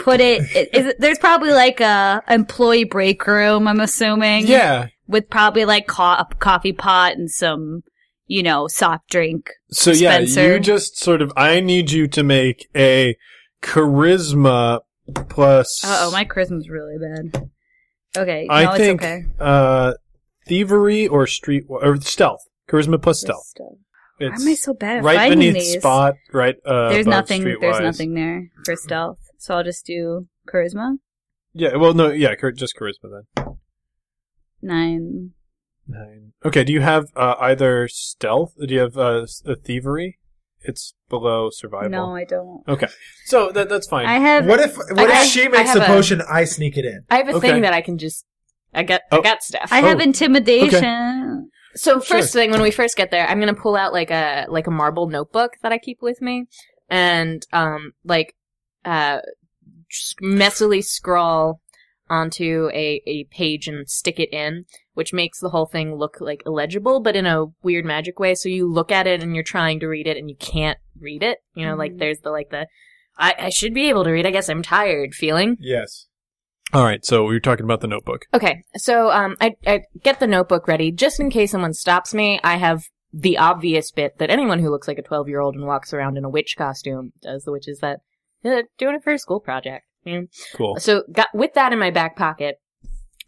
S4: put it, it is it- there's probably like a employee break room I'm assuming
S1: Yeah.
S4: with probably like co- a coffee pot and some you know soft drink
S1: So yeah,
S4: Dispenser.
S1: you just sort of I need you to make a charisma plus
S4: oh my charisma's really bad okay
S1: I
S4: no it's
S1: think
S4: okay
S1: uh, thievery or street or stealth. Charisma plus stealth.
S4: why
S1: It's
S4: am I so bad at
S1: right
S4: finding
S1: beneath
S4: these
S1: spot. Right. Uh,
S4: there's
S1: above
S4: nothing there's
S1: streetwise.
S4: nothing there for stealth so i'll just do charisma
S1: Yeah. Well, no. Yeah. Char- just charisma then.
S4: nine
S1: Nine. Okay. Do you have uh, either stealth? Do you have uh, s- a thievery? It's below survival.
S4: no i don't
S1: Okay. So that that's fine.
S4: i have
S2: What if what
S4: I-
S2: if she
S4: I
S2: makes
S4: have
S2: the
S4: a-
S2: potion? I sneak it in.
S3: I have a
S1: Okay.
S3: thing that I can just. I got.
S1: Oh.
S3: I got stuff.
S4: i have
S1: Oh.
S4: intimidation
S3: So first thing, when we first get there, I'm gonna pull out like a like a marble notebook that I keep with me, and um like uh s- messily scrawl onto a a page and stick it in, which makes the whole thing look like illegible, but in a weird magic way. So you look at it and you're trying to read it and you can't read it. You know, like
S4: Mhm.
S3: there's the like the I, I should be able to read. I guess I'm tired feeling.
S1: yes. All right. So we were talking about the notebook.
S3: Okay, so um, I, I get the notebook ready just in case someone stops me. I have the obvious bit that anyone who looks like a twelve-year-old and walks around in a witch costume does. The witch is that uh, doing it for a school project. Mm.
S1: Cool.
S3: So got, with that in my back pocket,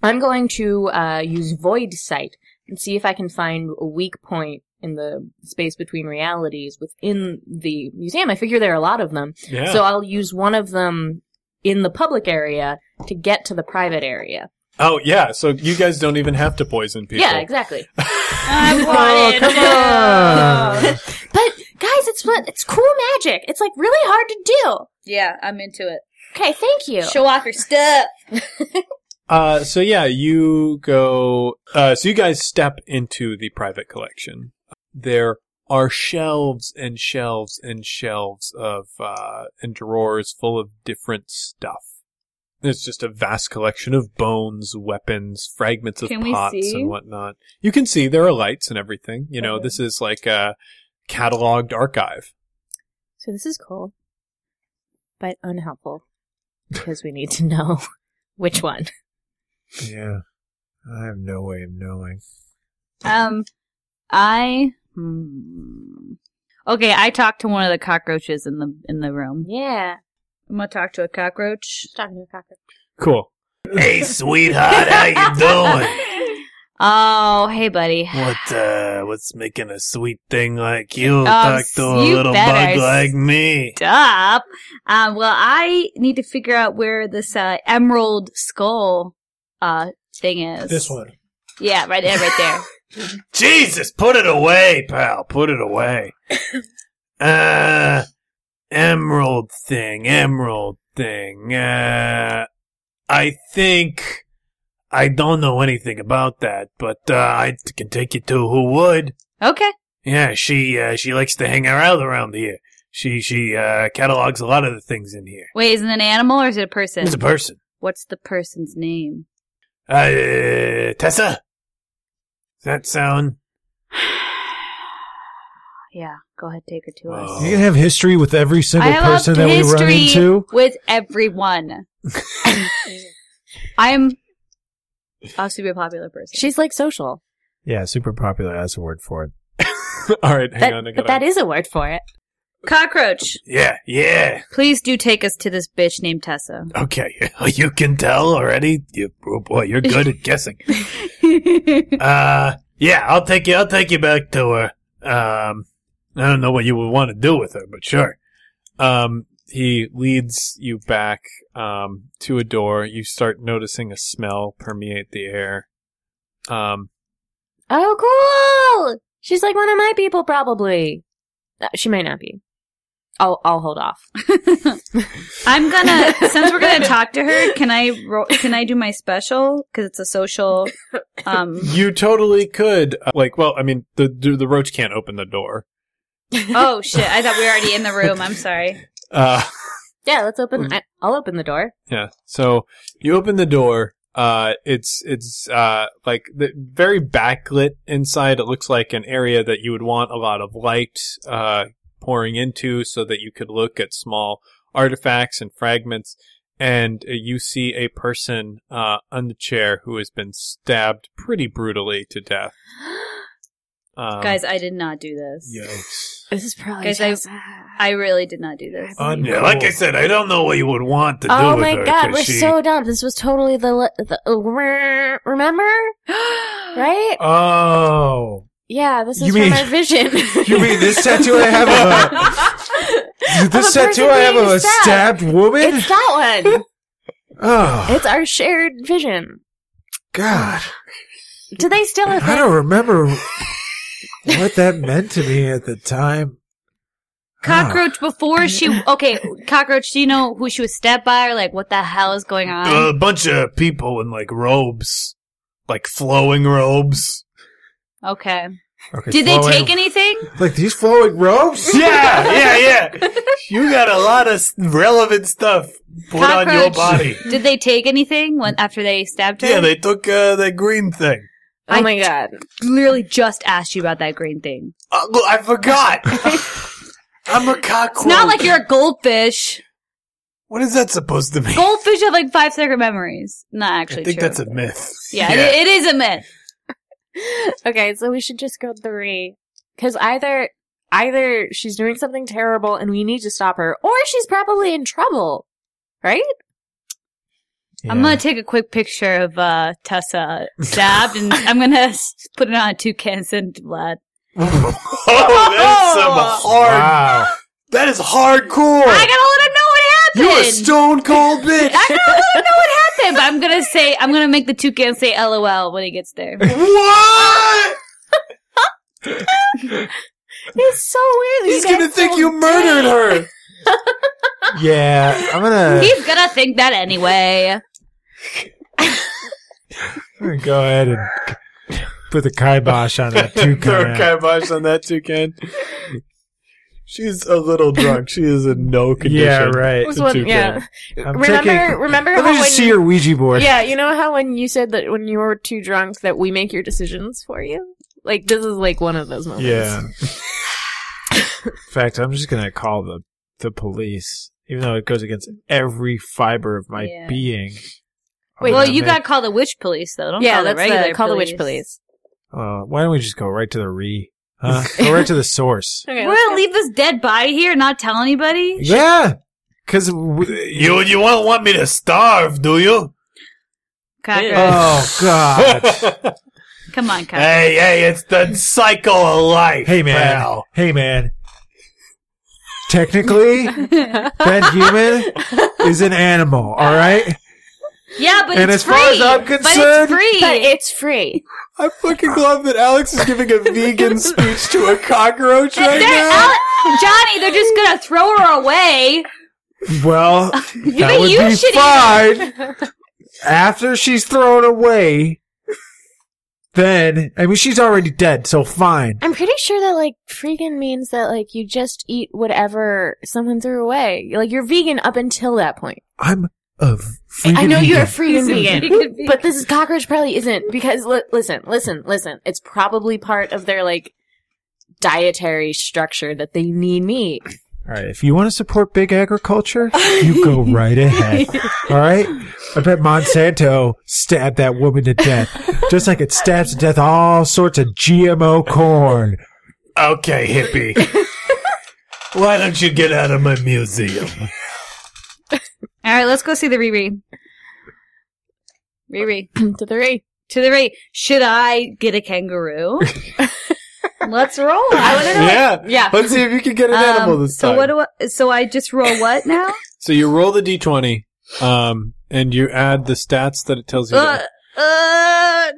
S3: I'm going to uh, use void sight and see if I can find a weak point in the space between realities within the museum. I figure there are a lot of them,
S1: Yeah.
S3: so I'll use one of them in the public area to get to the private area.
S1: Oh yeah, so you guys don't even have to poison people.
S3: Yeah, exactly.
S4: I
S3: Oh, come
S4: wanted to.
S3: But guys, it's fun- it's cool magic. It's like really hard to do.
S4: Yeah, I'm into it.
S3: Okay, thank you.
S4: Show off your stuff.
S1: Uh, so yeah, you go. Uh, so you guys step into the private collection. There are shelves and shelves and shelves of uh, and drawers full of different stuff. It's just a vast collection of bones, weapons, fragments of
S4: Can we
S1: pots,
S4: see?
S1: and whatnot. You can see there are lights and everything. You know,
S4: Okay.
S1: this is like a cataloged archive.
S3: So this is cool, but unhelpful because we need to know which one.
S2: Yeah. I have no way of knowing.
S4: Um, I. Hmm. Okay, I talked to one of the cockroaches in the in the room.
S3: Yeah,
S4: I'm gonna talk to a cockroach.
S3: talking to a cockroach.
S1: Cool.
S5: Hey, sweetheart, how you doing?
S4: Oh, hey, buddy.
S5: What uh, what's making a sweet thing like you
S4: Um,
S5: talk to a
S4: you
S5: little
S4: better
S5: bug like me?
S4: Up. Um, well, I need to figure out where this uh, emerald skull uh thing is.
S2: This one.
S4: Yeah, right there, right there.
S5: Jesus, put it away, pal. Put it away. uh, emerald thing, emerald thing. Uh, I think I don't know anything about that, but uh, I t- can take you to who would.
S4: Okay.
S5: Yeah, she uh, she likes to hang around around here. She she uh, catalogs a lot of the things in here.
S4: Wait, is it an animal or is it a person?
S5: It's a person.
S4: What's the person's name?
S5: Uh, Tessa. Does that sound?
S4: Yeah, go ahead, take her to
S5: Whoa.
S4: us.
S2: You can have history with every
S4: I
S2: single
S4: have
S2: person that we run
S4: history
S2: into.
S4: with everyone. I'm a super popular person.
S3: She's like social.
S2: Yeah, super popular. That's a word for it.
S1: All right, hang
S3: That,
S1: on. I gotta-
S3: but that is a word for it.
S4: cockroach.
S5: Yeah, yeah.
S4: Please do take us to this bitch named Tessa.
S5: Okay, you can tell already. You, oh boy, you're good at guessing. Uh, yeah, I'll take you. I'll take you back to her. Um, I don't know what you would want to do with her, but sure.
S1: Um, he leads you back um, to a door. You start noticing a smell permeate the air. Um,
S3: Oh, cool! She's like one of my people, probably. Uh, she might not be. I'll I'll hold off.
S4: I'm gonna since we're gonna talk to her. Can I ro- can I do my special because it's a social? Um.
S1: you totally could, uh, like, well, I mean, the the the roach can't open the door.
S4: Oh shit! I thought we were already in the room. I'm sorry.
S1: Uh,
S3: Yeah, let's open. I, I'll open the door.
S1: yeah. So you open the door. Uh, it's it's uh like the very backlit inside. It looks like an area that you would want a lot of light uh pouring into, so that you could look at small artifacts and fragments. And uh, you see a person uh on the chair who has been stabbed pretty brutally to death. Um,
S4: Guys, I did not do this.
S5: Yikes.
S3: This is probably.
S4: Guys, I- I really did not do this.
S2: Un-
S5: Yeah, like I said, I don't know what you would want to do
S3: oh
S5: with
S3: my
S5: her.
S3: god,
S5: 'cause
S3: we're
S5: she-
S3: so dumb. This was totally the le- the uh, remember right?
S2: Oh.
S3: Yeah, this is
S2: You
S3: from
S2: mean-
S3: our vision.
S2: You mean this tattoo I have of a, this
S3: Of a
S2: tattoo
S3: person
S2: I have of
S3: being
S2: a stabbed woman?
S3: it's that one.
S2: oh
S3: It's our shared vision.
S2: god.
S3: Do they still have
S2: I
S3: that?
S2: don't remember what that meant to me at the time. Ah,
S4: Cockroach before she okay, cockroach, do you know who she was stabbed by or like what the hell is going on?
S5: a bunch of people in like robes, like flowing robes.
S4: okay.
S2: Ah. Okay,
S4: Did they
S2: flowing-
S4: take anything?
S2: like these flowing robes?
S5: Yeah, yeah, yeah. You got a lot of s- relevant stuff put on your
S4: Cockroach.
S5: body.
S4: Did they take anything when after they stabbed her?
S5: Yeah, they took uh, that green thing.
S3: Oh my god.
S4: literally just asked you about that green thing.
S5: Uh, look, I forgot. I'm a cockroach.
S4: It's not like you're a goldfish.
S5: What is that supposed to mean?
S4: Goldfish have like five second memories. Not actually
S5: I think
S4: true.
S5: that's a myth.
S4: yeah, it- it is a myth.
S3: Okay, so we should just go three. Cause either either she's doing something terrible and we need to stop her, or she's probably in trouble. Right?
S4: I'm gonna take a quick picture of uh, Tessa stabbed, and I'm gonna s- put it on a toucan and send it to Vlad.
S5: oh, that is some hard.
S2: Wow.
S5: That is hardcore.
S2: Oh.
S4: I gotta let him know what happened.
S5: You a
S4: happened?
S5: stone cold bitch.
S4: I don't, I don't know what happened, but I'm gonna say I'm gonna make the toucan say LOL when he gets there.
S5: what?
S3: It's so weird. that
S5: He's
S3: you guys
S5: gonna think
S3: don't
S5: you murdered
S3: date.
S5: her.
S2: Yeah, I'm gonna,
S4: He's gonna think that anyway.
S2: I'm gonna go ahead and put the kibosh on that two
S1: Throw a kibosh on that too, Ken. She's a little drunk. She is in no condition.
S2: Yeah, right.
S3: It was
S1: It's a
S3: one-
S1: toucan.
S3: yeah.
S2: I'm
S3: remember,
S2: taking-
S3: remember
S2: Let
S3: how
S2: me just
S3: when
S2: see your Ouija board.
S3: yeah, you know how when you said that when you were too drunk that we make your decisions for you. Like this is like one of those moments.
S2: Yeah. In fact, I'm just gonna call the the police, even though it goes against every fiber of my
S4: Yeah.
S2: being. I'm
S3: Wait,
S4: well,
S2: gonna
S4: you
S2: make-
S4: got called the witch police though. Don't
S3: yeah,
S4: call
S3: that's
S4: the regular
S3: the call the witch
S4: police.
S3: police.
S2: Uh, why don't we just go right to the re? Huh? go right to the source.
S3: Okay,
S4: We're gonna leave this dead body here, and not tell anybody.
S2: Yeah, because we-
S5: You you won't want me to starve, do you?
S4: Cockroach.
S2: oh god.
S4: Come on,
S2: Uh,
S4: cockroach.
S5: Hey, hey, it's the cycle of life.
S2: Hey man.
S5: pal.
S2: Hey man. Technically, that human is an animal, all right?
S4: Yeah, but
S2: and
S4: it's
S2: as far as
S4: free.
S2: I'm
S4: But it's
S2: concerned,
S4: free.
S3: but it's free.
S1: I fucking love that Alex is giving a vegan speech to a cockroach right
S4: They're
S1: now.
S4: out- Johnny, they're just gonna throw her away.
S2: well, that
S4: but
S2: would
S4: you
S2: be
S4: should
S2: fine. After she's thrown away, then I mean she's already dead, so fine.
S3: I'm pretty sure that like freaking means that like you just eat whatever someone threw away. Like you're vegan up until that point.
S2: I'm a freaking.
S3: I know you're a
S2: vegan.
S3: freaking vegan.
S4: Could be-
S3: But this is cockroach probably isn't because li- listen, listen, listen. It's probably part of their like dietary structure that they need meat.
S2: All right, if you want to support big agriculture, you go right ahead. All right, I bet Monsanto stabbed that woman to death, just like it stabs to death all sorts of GMO corn.
S5: Okay, hippie. Why don't you get out of my museum?
S4: All right, let's go see the Riri. Riri.
S3: to the rate.
S4: To the Riri. Should I get a kangaroo? let's roll. I want to know.
S1: Yeah.
S3: Yeah.
S1: Let's see if you can get an
S4: Um,
S1: animal this
S4: so
S1: time.
S4: what do I, so I just roll what now?
S1: so you roll the d20, um, and you add the stats that it tells you.
S4: uh,
S1: to-
S4: uh,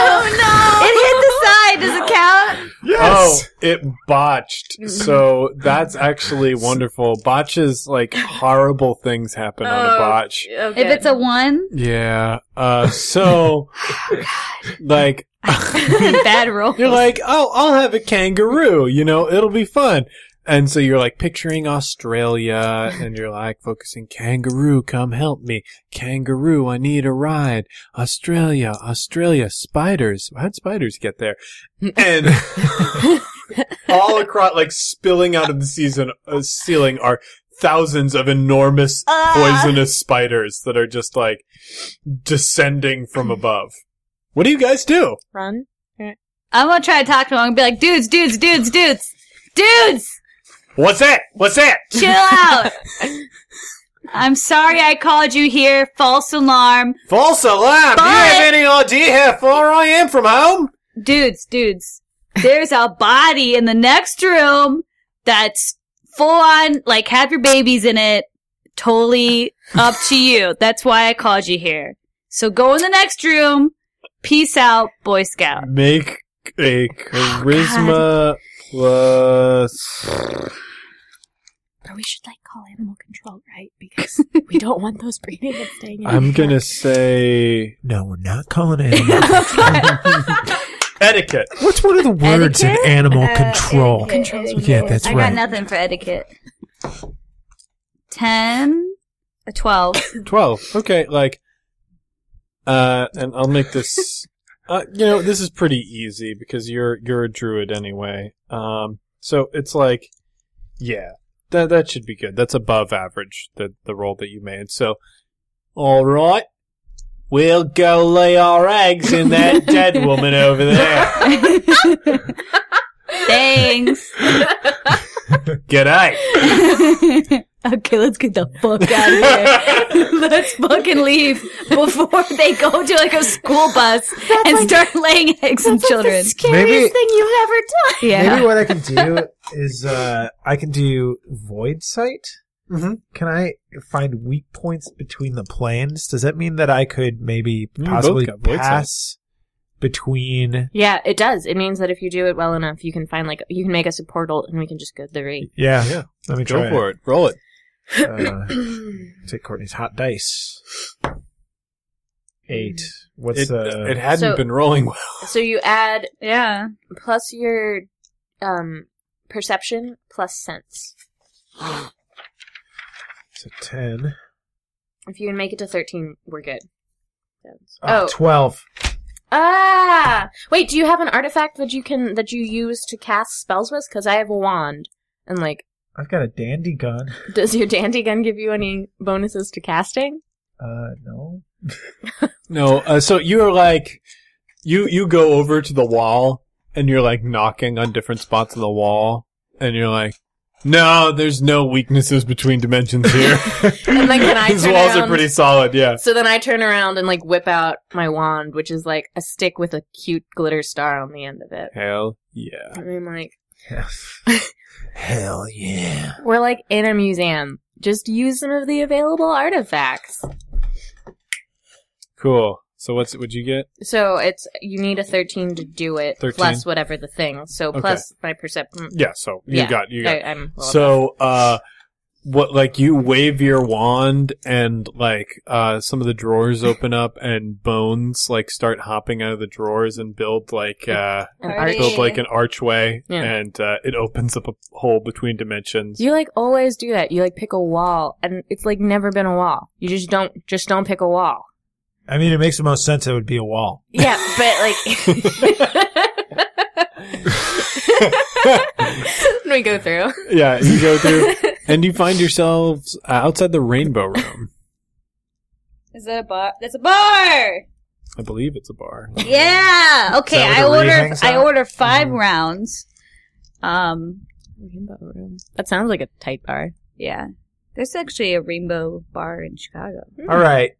S4: no! It hit the side. Does it count?
S1: Oh, it botched.
S4: Mm-hmm.
S1: So that's actually wonderful. Botches like horrible things happen on a
S3: Oh.
S1: botch.
S4: If it's a one,
S1: Yeah. Uh, so
S4: Oh,
S1: like
S4: bad roll.
S1: You're like, oh, I'll have a kangaroo. You know, it'll be fun. And so you're like picturing Australia and you're like focusing, kangaroo, come help me. Kangaroo, I need a ride. Australia, Australia, spiders. How'd spiders get there? And all across, like spilling out of the season, uh, ceiling are thousands of enormous poisonous spiders that are just like descending from above. What do you guys do?
S3: Run.
S4: I'm gonna try to talk to him and be like, dudes, dudes, dudes, dudes, dudes,
S5: What's that? What's that?
S4: chill out. I'm sorry I called you here. False alarm.
S5: False alarm! Do you
S4: But-
S5: have any idea how far I am from home?
S4: Dudes, dudes, there's a body in the next room that's full on, like, have your babies in it. Totally up to you. That's why I called you here. So go in the next room. Peace out, Boy Scout.
S1: Make a charisma plus.
S3: But we should like call animal control, right? Because we don't want those breeding and staying in.
S1: I'm gonna say
S2: No, we're not calling it. Animal.
S1: etiquette.
S2: What's one of the words
S4: Etiquette?
S2: in animal
S4: Uh,
S2: control?
S4: etiquette.
S2: Yeah, that's
S4: I got
S2: right.
S4: nothing for etiquette. 10, uh, 12.
S1: 12. Okay, like, uh, and I'll make this, uh, you know, this is pretty easy because you're, you're a druid anyway. Um, so it's like, yeah, that, that should be good. That's above average, the, the roll that you made. So, alright. We'll go lay our eggs in that dead woman over there.
S4: Thanks.
S5: Good night.
S4: okay, let's get the fuck out of here. let's fucking leave before they go to like a school bus and start laying eggs in children.
S3: scariest
S2: Maybe-
S3: thing you've ever done.
S4: yeah.
S2: Maybe what I can do is uh, I can do void sight. Mm-hmm. Can I find weak points between the planes? Does that mean that I could maybe
S1: Mm, both
S2: possibly
S1: got void
S2: pass between?
S3: Yeah, it does. It means that if you do it well enough, you can find like you can make us a portal, and we can just go to the rate.
S2: Yeah,
S1: Yeah.
S2: Let me
S1: Go
S2: try
S1: for it. Roll it.
S2: it. Uh, take Courtney's hot dice. Eight. What's uh,
S1: It,
S2: the?
S1: it hadn't
S3: So-
S1: been rolling well.
S3: So you add
S4: Yeah.
S3: plus your um perception plus sense.
S2: it's a ten.
S3: If you can make it to thirteen, we're good.
S2: Ah,
S3: Oh.
S2: twelve.
S3: Ah, wait. Do you have an artifact that you can that you use to cast spells with? Because I have a wand, and like,
S2: I've got a dandy gun.
S3: does your dandy gun give you any bonuses to casting?
S2: Uh, no.
S1: No, uh, so you're like, you you go over to the wall and you're like knocking on different spots of the wall, and you're like, no, there's no weaknesses between dimensions here.
S3: And like, can I
S1: These
S3: turn
S1: walls are
S3: around-
S1: pretty solid. Yeah.
S3: So then I turn around and like whip out my wand, which is like a stick with a cute glitter star on the end of it.
S1: Hell yeah.
S3: And I'm like,
S2: Hell yeah.
S3: we're like in a museum. Just use some of the available artifacts.
S1: Cool. So what's what'd you get?
S3: So it's you need a thirteen to do it,
S1: 13.
S3: plus whatever the thing. So
S1: Okay.
S3: plus my perception.
S1: Yeah. So you
S3: Yeah.
S1: got you got.
S3: I, I'm well
S1: So uh, what like you wave your wand and like uh some of the drawers open up and bones like start hopping out of the drawers and build like uh
S3: above an
S4: Already.
S3: arch.
S1: build like an archway
S3: Yeah.
S1: and uh, it opens up a hole between dimensions.
S3: You like always do that. You like pick a wall, and it's like never been a wall. You just don't just don't pick a wall.
S2: I mean, it makes the most sense. It would be a wall.
S3: Yeah, but like. we go through.
S1: yeah, you go through and you find yourselves uh, outside the rainbow room.
S4: Is that a bar? That's a bar.
S1: I believe it's a bar.
S4: Yeah. Okay.
S2: that
S4: I
S2: where the ring
S4: order.
S2: hangs
S4: I
S2: out? Mm-hmm.
S4: order 5 rounds. Um.
S3: Rainbow room. That sounds like a tight bar.
S4: Yeah. There's actually a rainbow bar in Chicago.
S2: All right.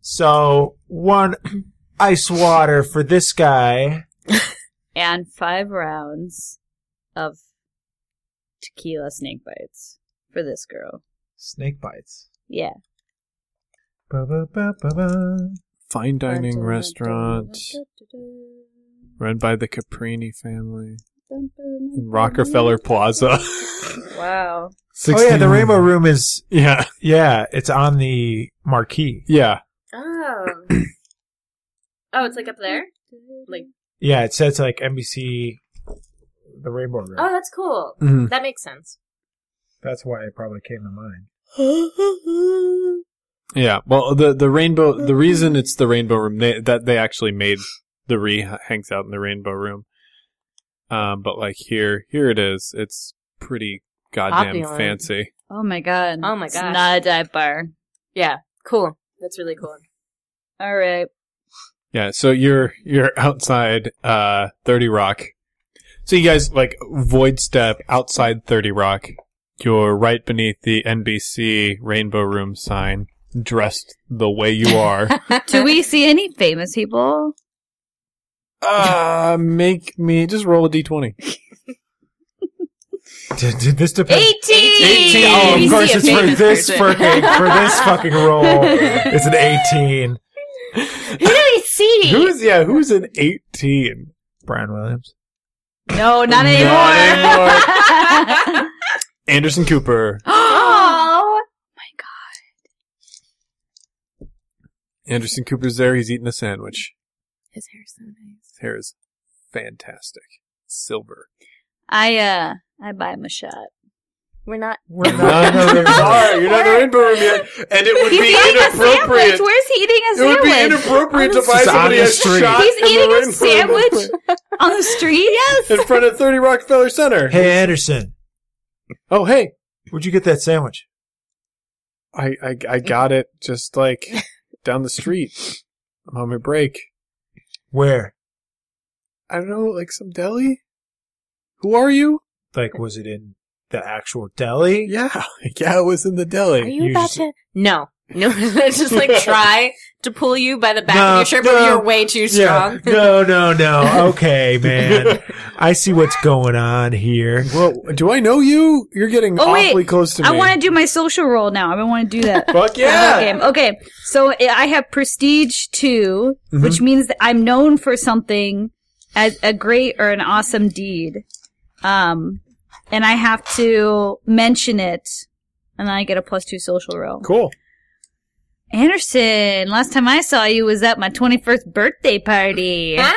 S2: So one ice water for this guy.
S4: And five rounds of tequila snake bites for this girl.
S2: Snake bites.
S4: Yeah.
S2: Ba, ba, ba, ba, ba.
S1: Fine dining restaurant run by the Caprini family in Rockefeller Plaza.
S4: Wow.
S2: Oh yeah, the
S1: 16.
S2: Rainbow Room is
S1: Yeah,
S2: yeah, it's on the marquee.
S1: yeah.
S3: Oh. oh, it's like up there? Like
S2: Yeah, it says like NBC, the Rainbow Room.
S3: Oh, that's cool.
S1: Mhm.
S3: That makes sense.
S2: That's why it probably came to mind.
S1: Yeah. Well, the the rainbow. The reason it's the rainbow room they, that they actually made the re hangs out in the rainbow room. Um, but like here, here it is. It's pretty goddamn
S3: Opulent.
S1: fancy.
S4: Oh my god.
S3: Oh my
S4: It's
S3: gosh.
S4: not a dive bar.
S3: Yeah. Cool. That's really cool.
S4: All right.
S1: Yeah. So you're you're outside uh Thirty Rock. So you guys like void step outside Thirty Rock. You're right beneath the NBC Rainbow Room sign, dressed the way you are.
S4: Do we see any famous people?
S1: uh, make me just roll a d20.
S2: Did, did this depend?
S4: 18!
S3: Eighteen. You
S2: Oh, of
S3: E see
S2: course
S3: a
S2: it's for
S3: famous
S2: this
S3: person.
S2: fucking for this fucking role. It's an eighteen.
S3: Who do we see?
S1: Who's yeah? Who's an eighteen?
S2: Brian Williams.
S4: No, not anymore.
S1: anymore. Anderson Cooper.
S4: oh!
S1: Anderson Cooper's there. He's eating a sandwich.
S3: His hair's so nice.
S1: His hair is fantastic, silver.
S4: I, uh, I buy him a shot.
S3: We're not
S2: We're
S1: Not in the room. Sorry, you're not in the rainbow room yet, and it would
S4: He's
S1: be
S4: eating a sandwich.
S1: inappropriate.
S4: Where's he eating a
S1: It would
S4: sandwich?
S1: be inappropriate to
S2: Honestly,
S1: buy
S2: it's on
S1: somebody
S2: the
S1: a
S2: street.
S1: shot.
S4: He's
S1: in the
S4: eating a
S1: rainbow room
S4: sandwich on the street? Yes.
S1: in front of Thirty Rockefeller Center.
S2: Hey Anderson,
S1: Oh, hey,
S2: where'd you get that sandwich?
S1: I, I I got it just like down the street. I'm on my break.
S2: Where?
S1: I don't know, like some deli. Who are you?
S2: Like, was it in the actual deli?
S1: Yeah, yeah, it was in the deli.
S3: Are you,
S2: You
S3: about
S2: just-
S3: to No. No, just like try to pull you by the back
S2: No,
S3: of your shirt, but
S2: no.
S3: you're way too strong.
S2: No, no, no. Okay, man. I see what's going on here.
S1: Well, do I know you? You're getting
S4: Oh, wait.
S1: awfully close to me.
S4: I want to do my social role now. I want to do that.
S1: Fuck yeah!
S4: Okay, okay. So eh, I I have prestige 2
S1: Mm-hmm.
S4: which means that I'm known for something as a great or an awesome deed. Um, and I have to mention it, and I get a plus two social roll.
S1: Cool.
S4: Anderson, last time I saw you was at my 21st birthday party.
S3: Huh?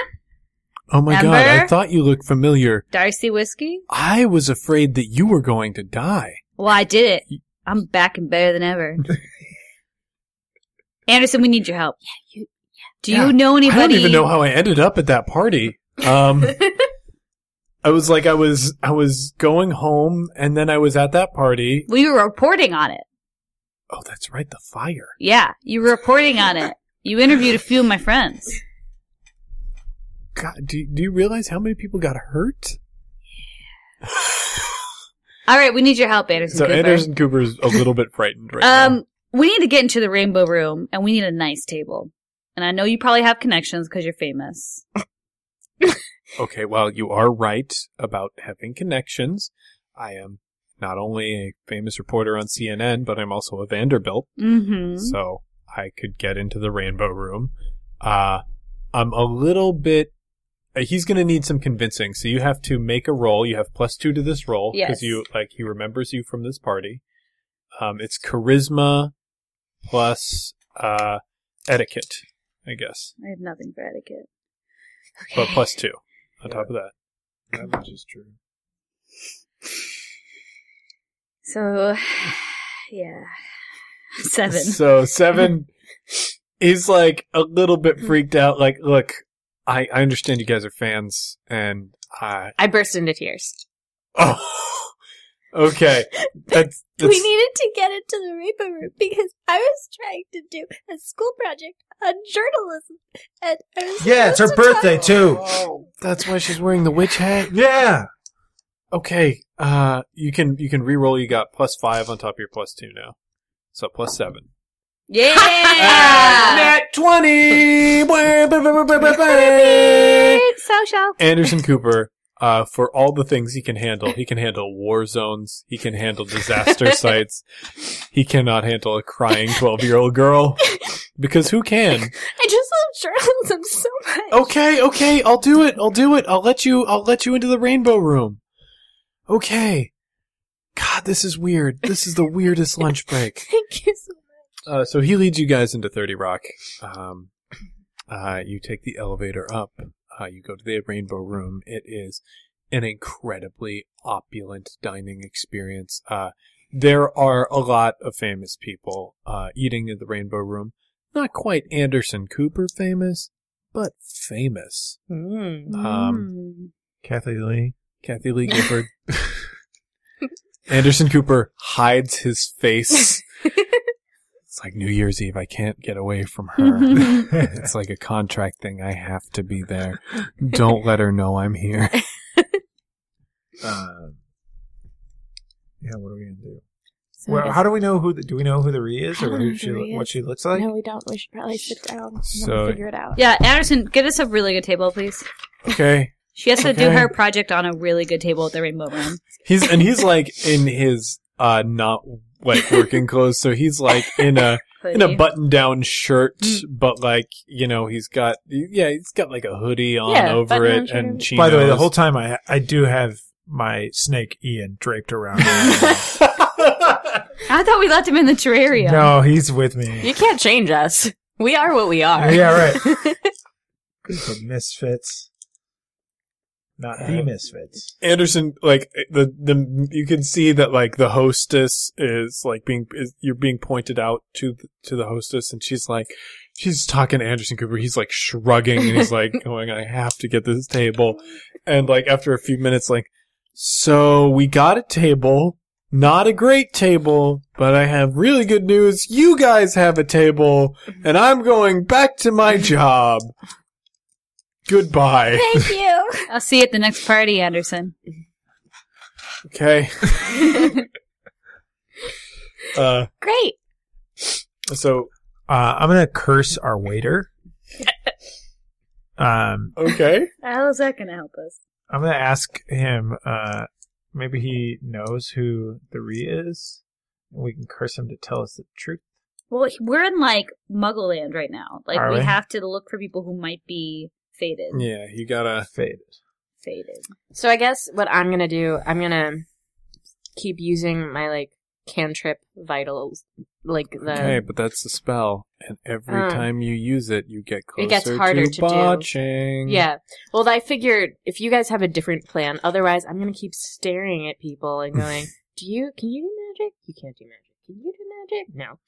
S1: Oh my god,
S4: Amber?
S1: I thought you looked familiar.
S4: Darcy Whiskey?
S1: I was afraid that you were going to die.
S4: Well, I did it. I'm back and better than ever. Anderson, we need your help. Yeah,
S3: you-
S4: Do
S1: Yeah.
S4: you know anybody?
S1: I don't even know how I ended up at that party. Um, I was like, I was, I was going home, and then I was at that party.
S4: Well, you were reporting on it.
S1: Oh, that's right, the fire.
S4: Yeah, you were reporting on it. You interviewed a few of my friends.
S1: God, do, do you realize how many people got hurt?
S4: All right, we need your help, Anderson.
S1: So
S4: Cooper.
S1: Anderson Cooper is a little bit frightened right now.
S4: um, we need to get into the Rainbow Room, and we need a nice table. And I know you probably have connections because you're famous.
S1: Okay, well, you are right about having connections. I am not only a famous reporter on CNN, but I'm also a Vanderbilt,
S4: Mm-hmm.
S1: so I could get into the Rainbow Room. Uh, I'm a little bit. uh, He's going to need some convincing, so you have to make a roll. You have plus two to this roll
S4: Yes.
S1: you like he remembers you from this party. Um, it's charisma plus uh, etiquette, I guess,
S4: I have nothing for etiquette.
S1: but plus two on top of that.
S5: That much is true.
S4: So, yeah, seven.
S1: So seven is like a little bit freaked out. Like, look, I, I understand you guys are fans, and I
S3: I burst into tears.
S1: oh okay. That's, that's
S6: We needed to get into the rainbow room because I was trying to do a school project on journalism, and I was
S2: Yeah, it's her
S6: supposed to
S2: birthday
S6: talk-
S2: too.
S1: that's why she's wearing the witch hat.
S2: Yeah.
S1: Okay, uh, you can you can re-roll. You got plus five on top of your plus two now, so plus seven.
S4: yeah,
S1: Nat twenty.
S4: social.
S1: Anderson Cooper, uh, for all the things he can handle, he can handle war zones, he can handle disaster sites, he cannot handle a crying 12 year old girl. Because who can?
S6: I just love journalism so much.
S1: Okay, okay, I'll do it, I'll do it, I'll let you, I'll let you into the rainbow room. Okay. God, this is weird. This is the weirdest lunch break.
S6: Thank you so much.
S1: Uh, so he leads you guys into 30 Rock. Um, uh, you take the elevator up. Uh, you go to the Rainbow Room. It is an incredibly opulent dining experience. Uh, there are a lot of famous people uh, eating in the Rainbow Room. Not quite Anderson Cooper famous, but famous.
S2: Hmm.
S1: Um,
S2: Kathy Lee.
S1: Kathy Lee Gifford. Anderson Cooper hides his face. it's like New Year's Eve. I can't get away from
S4: Hmm.
S3: Mm-hmm.
S1: her. it's like a contract thing. I have to be there. Don't let her know I'm here.
S2: Um, yeah, what are we gonna do?
S6: So
S2: Well, how do we know who the, do we know who the re is
S6: I
S2: or
S6: don't
S2: who
S6: know
S2: she,
S6: who he
S2: what
S6: is.
S2: she looks like?
S6: no, we don't. We should probably sit down and
S1: So-
S6: figure it out.
S4: Yeah, Anderson, get us a really good table, please.
S1: Okay.
S4: She has to do
S1: Okay.
S4: her project on a really good table at the Rainbow Room.
S1: He's and he's like in his uh not like working clothes, so he's like in a in a
S4: Hoodie.
S1: button down shirt,
S3: Mm.
S1: but like you know he's got yeah he's got like a hoodie on
S3: Yeah,
S1: over
S3: button-down
S1: it and chinos.
S2: By the way, the whole time I I do have my snake Ian draped around. me.
S4: I thought we left him in the terrarium.
S2: no, he's with me.
S3: You can't change us. We are what we are.
S2: Yeah, right. The misfits, not the
S1: Uh,
S2: misfits.
S1: Anderson, like the the you can see that like the hostess is like being is, you're being pointed out to the, to the hostess, and she's like she's talking to Anderson Cooper. He's like shrugging and he's like going, "I have to get this table," and like after a few minutes, like so we got a table, not a great table, but I have really good news. You guys have a table, and I'm going back to my job. Goodbye.
S6: Thank you.
S4: I'll see you at the next party, Anderson.
S1: Okay. uh,
S6: Great.
S1: So
S2: Uh, I'm gonna curse our waiter. Um,
S1: okay,
S4: How is that going to help us?
S2: I'm gonna ask him. Uh, maybe he knows who the re is. We can curse him to tell us the truth.
S4: Well, we're in like Muggle land right now. Like
S2: Are
S4: we,
S2: we?
S4: have to look for people who might be faded.
S1: yeah, you gotta.
S2: Faded.
S4: Faded.
S3: So I guess what I'm gonna do, I'm gonna keep using my like cantrip vitals, like the
S1: Okay, but that's a spell, and every
S3: Mm.
S1: time you use it, you get closer
S3: It gets harder
S1: to,
S3: to do.
S1: botching.
S3: yeah. Well, I figured if you guys have a different plan, otherwise I'm gonna keep staring at people and going, "Do you? Can you do magic? You can't do magic. Can you do magic? No.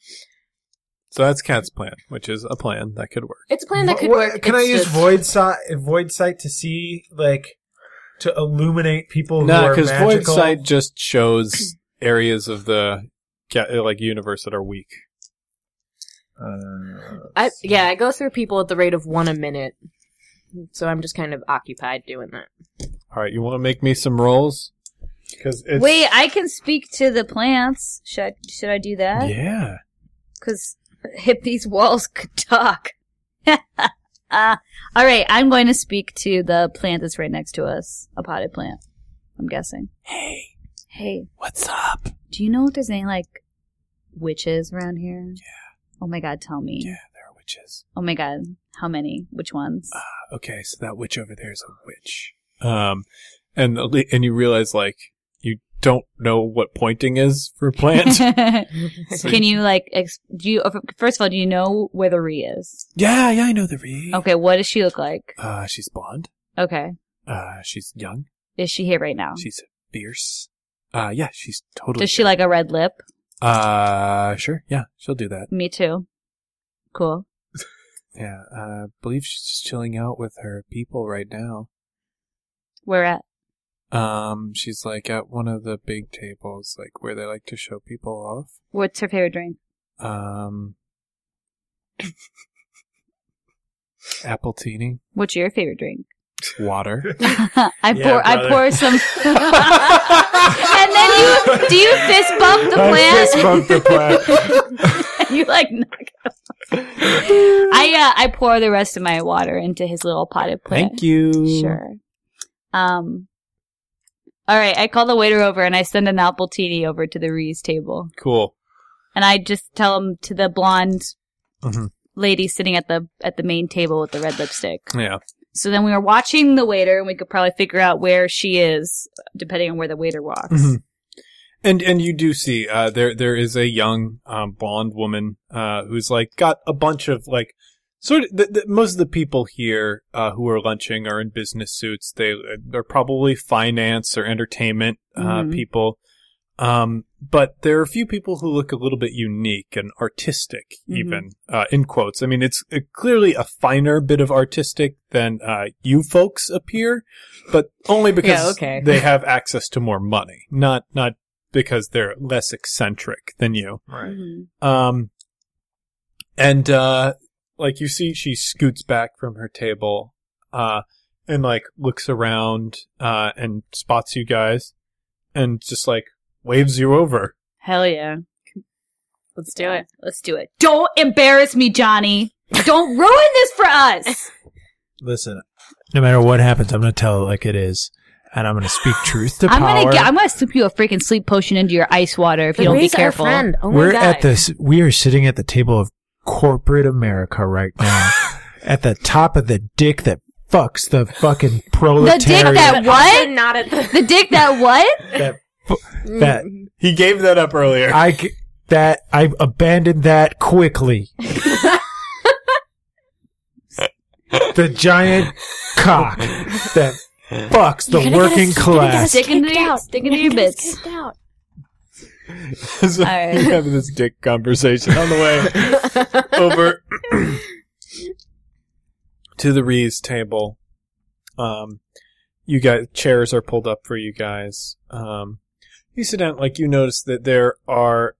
S1: So that's Cat's plan, which is a plan that could work.
S3: It's a plan that could
S2: Wha-
S3: work.
S2: Can
S3: it's
S2: I use
S3: just-
S2: void sight? Void sight to see like to illuminate people who
S1: No,
S2: are
S1: because
S2: magical.
S1: void sight just shows areas of the ca- uh, like universe that are weak.
S2: Uh,
S3: I, yeah, I go through people at the rate of one a minute, so I'm just kind of occupied doing that.
S1: All right, you want to make me some rolls? Because it's
S4: Wait, I can speak to the plants. Should I, should I do that?
S1: yeah.
S4: Because if these walls could talk. uh, all right, I'm going to speak to the plant that's right next to us, a potted plant. I'm guessing.
S1: Hey,
S4: Hey,
S1: what's up?
S4: do you know if there's any like witches around here? Yeah. Oh my god, tell me.
S1: Yeah, there are witches.
S4: Oh my god, how many? Which ones?
S1: Uh, okay, so that witch over there is a witch. Um, and the le- and you realize like you don't know what pointing is for plant.
S4: Can you like ex- do you first of all do you know where the Rhea is?
S1: yeah, yeah, I know the read.
S4: Okay, what does she look like?
S1: Uh, she's blonde.
S4: Okay,
S1: Uh, she's young.
S4: is she here right now?
S1: She's fierce. Uh, yeah, she's totally.
S4: Does she like a red lip?
S1: Uh, sure. Yeah, she'll do that.
S4: Me too. Cool.
S1: Yeah, uh, I believe she's just chilling out with her people right now.
S4: Where at?
S1: Um, she's like at one of the big tables, like where they like to show people off.
S4: What's her favorite drink?
S1: Um, apple teeny,
S4: What's your favorite drink?
S1: water.
S4: I
S2: Yeah,
S4: pour I
S2: brother.
S4: pour some And then you do you fist bump the
S2: I
S4: plant?
S2: fist bump the
S4: plant. you like knock it off. I uh, I pour the rest of my water into his little potted plant.
S1: Thank you.
S4: Sure. Um. All right, I call the waiter over and I send an apple teeny over to the Reese table,
S1: Cool.
S4: and I just tell him to the blonde
S2: Mm-hmm.
S1: Mhm.
S4: lady sitting at the at the main table with the red lipstick.
S1: Yeah.
S4: So then we were watching the waiter, and we could probably figure out where she is depending on where the waiter walks.
S1: Mhm. And and you do see uh, there there is a young um, blonde woman uh, who's like got a bunch of like sort of the, the, most of the people here uh, who are lunching are in business suits. They they're probably finance or entertainment uh,
S4: Mhm.
S1: people. Um, but there are a few people who look a little bit unique and artistic,
S4: Mhm.
S1: even uh, in quotes. I mean, it's uh, clearly a finer bit of artistic than uh, you folks appear, but only because
S3: okay.
S1: they have access to more money, not not because they're less eccentric than you.
S2: right.
S4: Mhm.
S1: Um, and uh, like you see, she scoots back from her table, uh, and like looks around, uh, and spots you guys, and just like waves you over.
S4: Hell yeah.
S3: Let's do it.
S4: Let's do it. Don't embarrass me, Johnny. Don't ruin this for us.
S2: Listen, no matter what happens, I'm gonna tell it like it is, and I'm gonna speak truth to
S4: I'm
S2: power.
S4: gonna get, I'm gonna slip you a freaking sleep potion into your ice water if you don't be careful.
S3: Our friend. Oh
S2: we're
S3: my god.
S2: at this. We are sitting at the table of corporate America right now, at the top of the dick that fucks the fucking
S4: The
S2: proletariat.
S4: dick that
S3: Also
S4: what?
S3: not at the.
S4: The dick that what?
S2: that that
S1: He gave that up earlier.
S2: I g- that I abandoned that quickly. the giant cock that fucks the working class.
S4: Stick into your, stick into your bits.
S6: Kicked out.
S1: so
S4: All right.
S1: you have this dick conversation on the way over to the Reeves table. Um, you guys, chairs are pulled up for you guys. Um, you sit down, like you notice that there are,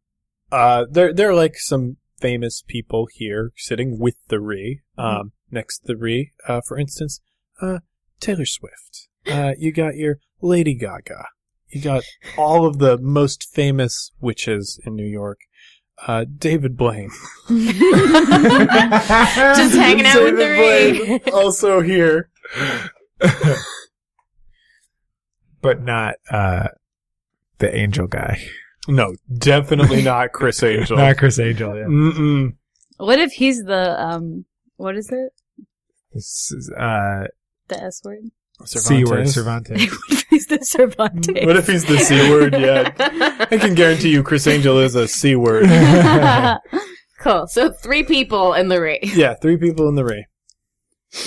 S1: uh, there there are like some famous people here sitting with the Ree. Um, next to the Ree, uh, for instance, uh, Taylor Swift. Uh, you got your Lady Gaga. You got all of the most famous witches in New York. Uh, David Blaine.
S3: Just hanging out with
S5: David
S3: three.
S5: also here.
S2: but not uh, the angel guy.
S1: No, definitely not Chris Angel. Mm.
S2: Not Chris Angel. Yeah.
S1: Mm-mm.
S4: What if he's the um? What is it?
S2: This is uh,
S4: The S word?
S2: C word,
S1: Cervantes.
S2: Cervantes.
S4: he's the Cervantes.
S1: What if he's the C word? Yeah. I can guarantee you Chris Angel is a C word.
S3: cool. So three people in the race.
S1: Yeah, three people in the ring.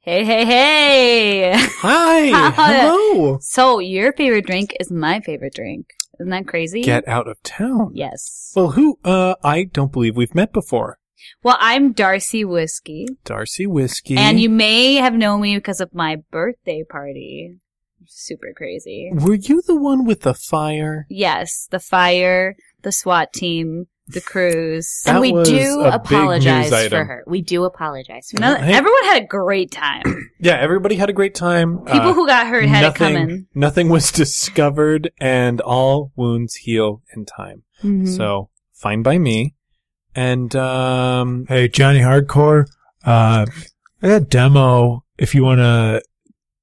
S4: hey, hey, hey!
S1: Hi! Hello!
S4: So your favorite drink is my favorite drink. Isn't that crazy?
S1: Get out of town.
S4: yes.
S1: Well, who? Uh, I don't believe we've met before.
S4: Well, I'm Darcy Whiskey,
S1: Darcy Whiskey.
S4: and you may have known me because of my birthday party. Super crazy.
S1: Were you the one with the fire?
S4: Yes, the fire, the SWAT team, the cruise.
S1: That
S3: and we
S1: was
S3: do
S1: a big
S3: apologize
S1: news item.
S3: for her. We do apologize for
S4: Another,
S1: Right.
S4: everyone had a great time.
S1: Yeah, everybody had a great time.
S4: People
S1: Uh,
S4: who got hurt had
S1: nothing,
S4: it coming.
S1: Nothing was discovered, and all wounds heal in time.
S4: Mm-hmm.
S3: Mm-hmm.
S1: So, fine by me. And, um,
S2: hey, Johnny Hardcore. Uh, I got a demo. If you want to,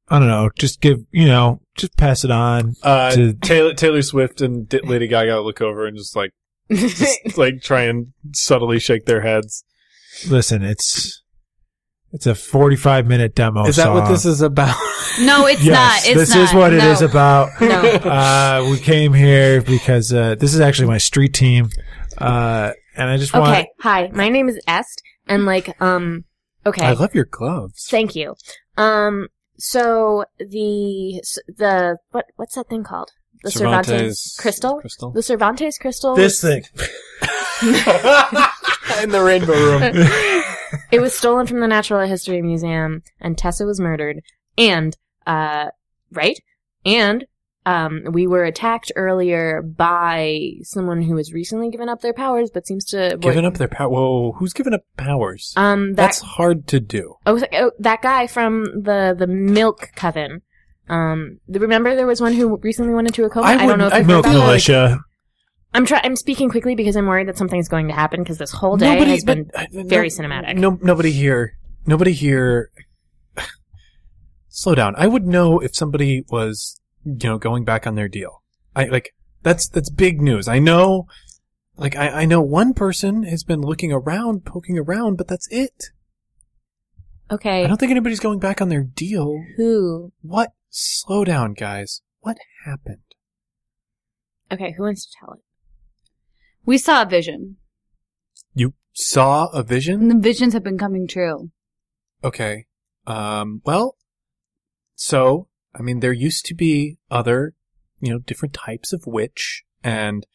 S2: I don't know, just give you know, just pass it on.
S1: uh,
S2: to,
S1: Taylor, Taylor Swift and D- Lady Gaga look over and just like,
S3: her.
S1: just like try and subtly shake their heads.
S2: listen, it's it's a forty-five minute demo.
S1: is that what
S2: song.
S1: this is about?
S4: No, it's
S2: Yes,
S4: not. It's
S2: this
S4: not.
S2: is what it
S4: No.
S2: is about.
S3: no.
S2: uh, we came here because uh, this is actually my street team, uh, and I just want
S3: Okay. Hi, my name is Est, and like, um, okay.
S1: I love your gloves.
S3: Thank you. Um, so the s- the what what's that thing called? The Cervantes, crystal.
S1: Crystal.
S3: The Cervantes crystal.
S2: this thing.
S1: In the rainbow room.
S3: It was stolen from the Natural History Museum, and Tessa was murdered. And uh, right, and um, we were attacked earlier by someone who has recently given up their powers, but seems to
S1: Giving up their power. Whoa, who's giving up powers?
S3: Um, that
S1: That's hard to do.
S3: Oh, th- oh, that guy from the the milk coven. Um, th- remember there was one who recently went into a coma.
S1: I
S3: I, don't know
S1: wouldn't-
S3: if you
S1: I
S3: heard
S2: Milk
S3: about that.
S2: militia.
S3: I'm try- I'm speaking quickly because I'm worried that something's going to happen because this whole day has been
S1: but- uh,
S3: very cinematic.
S1: No, nobody here. Nobody here. Slow down. I would know if somebody was, you know, going back on their deal. I like that's that's big news. I know, like I, I know one person has been looking around, poking around, but that's it. I
S3: okay.
S1: don't think anybody's going back on their deal.
S3: Who?
S1: What? Slow down, guys. What happened?
S3: Okay, who wants to tell it?
S4: We saw a vision.
S1: You saw a vision.
S4: And the visions have been coming true.
S1: Okay. Um, well, so, I mean, there used to be other, you know, different types of witch, and,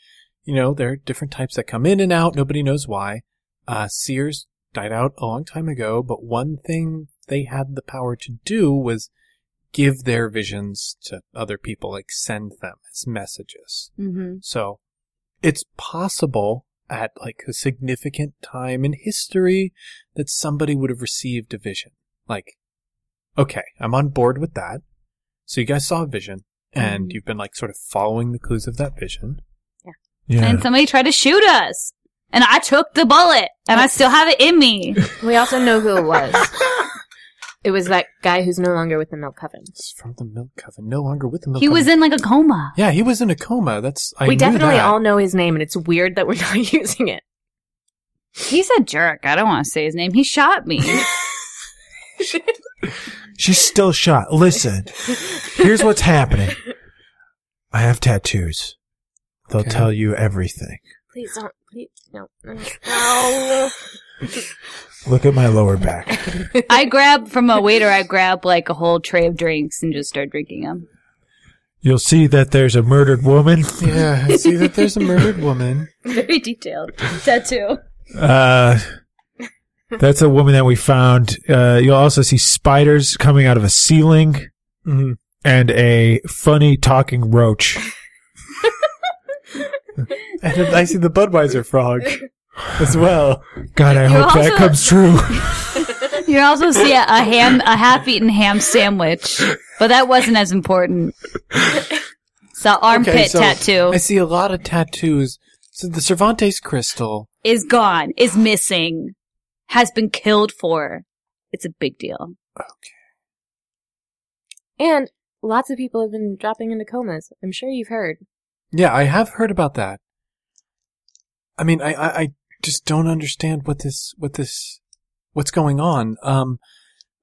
S1: you know, there are different types that come in and out. Nobody knows why. Uh, seers died out a long time ago, but one thing they had the power to do was give their visions to other people, like send them as messages.
S4: Mm-hmm.
S1: So it's possible at like a significant time in history that somebody would have received a vision. Like, okay, I'm on board with that. So you guys saw a vision and
S4: Mhm.
S1: you've been like sort of following the clues of that vision.
S2: Yeah.
S4: And somebody tried to shoot us. And I took the bullet. And I still have it in me.
S3: We also know who it was. it was that guy who's no longer with the milk coven.
S1: It's from the milk coven, no longer with the milk
S4: he was
S1: Coven.
S4: in like a coma.
S1: Yeah, he was in a coma. That's I
S3: we
S1: knew
S3: definitely
S1: that.
S3: all know his name, and it's weird that we're not using it.
S4: He's a jerk. I don't want to say his name. He shot me.
S2: She's still shot. Listen, here's what's happening. I have tattoos. They'll
S1: Okay.
S2: tell you everything.
S3: Please don't. Please no. No. no.
S2: Look at my lower back.
S4: I grabbed from a waiter, I grabbed like a whole tray of drinks and just started drinking them.
S2: You'll see that there's a murdered woman.
S1: Yeah, I see that there's a murdered woman.
S4: Very detailed tattoo.
S2: Uh, that's a woman that we found. Uh, you'll also see spiders coming out of a ceiling
S1: Mhm.
S2: and a funny talking roach.
S1: And I see the Budweiser frog as well.
S2: God, I
S4: You
S2: hope that
S4: also-
S2: comes true.
S4: You also see a, a ham, a half-eaten ham sandwich, but that wasn't as important. It's an armpit
S1: so
S4: tattoo.
S1: I see a lot of tattoos. So the Cervantes crystal.
S4: is gone, is missing, has been killed for. It's a big deal.
S3: And lots of people have been dropping into comas. I'm sure you've heard.
S1: Yeah, I have heard about that. I mean, I, I, I just don't understand what this, what this, what's going on. Um,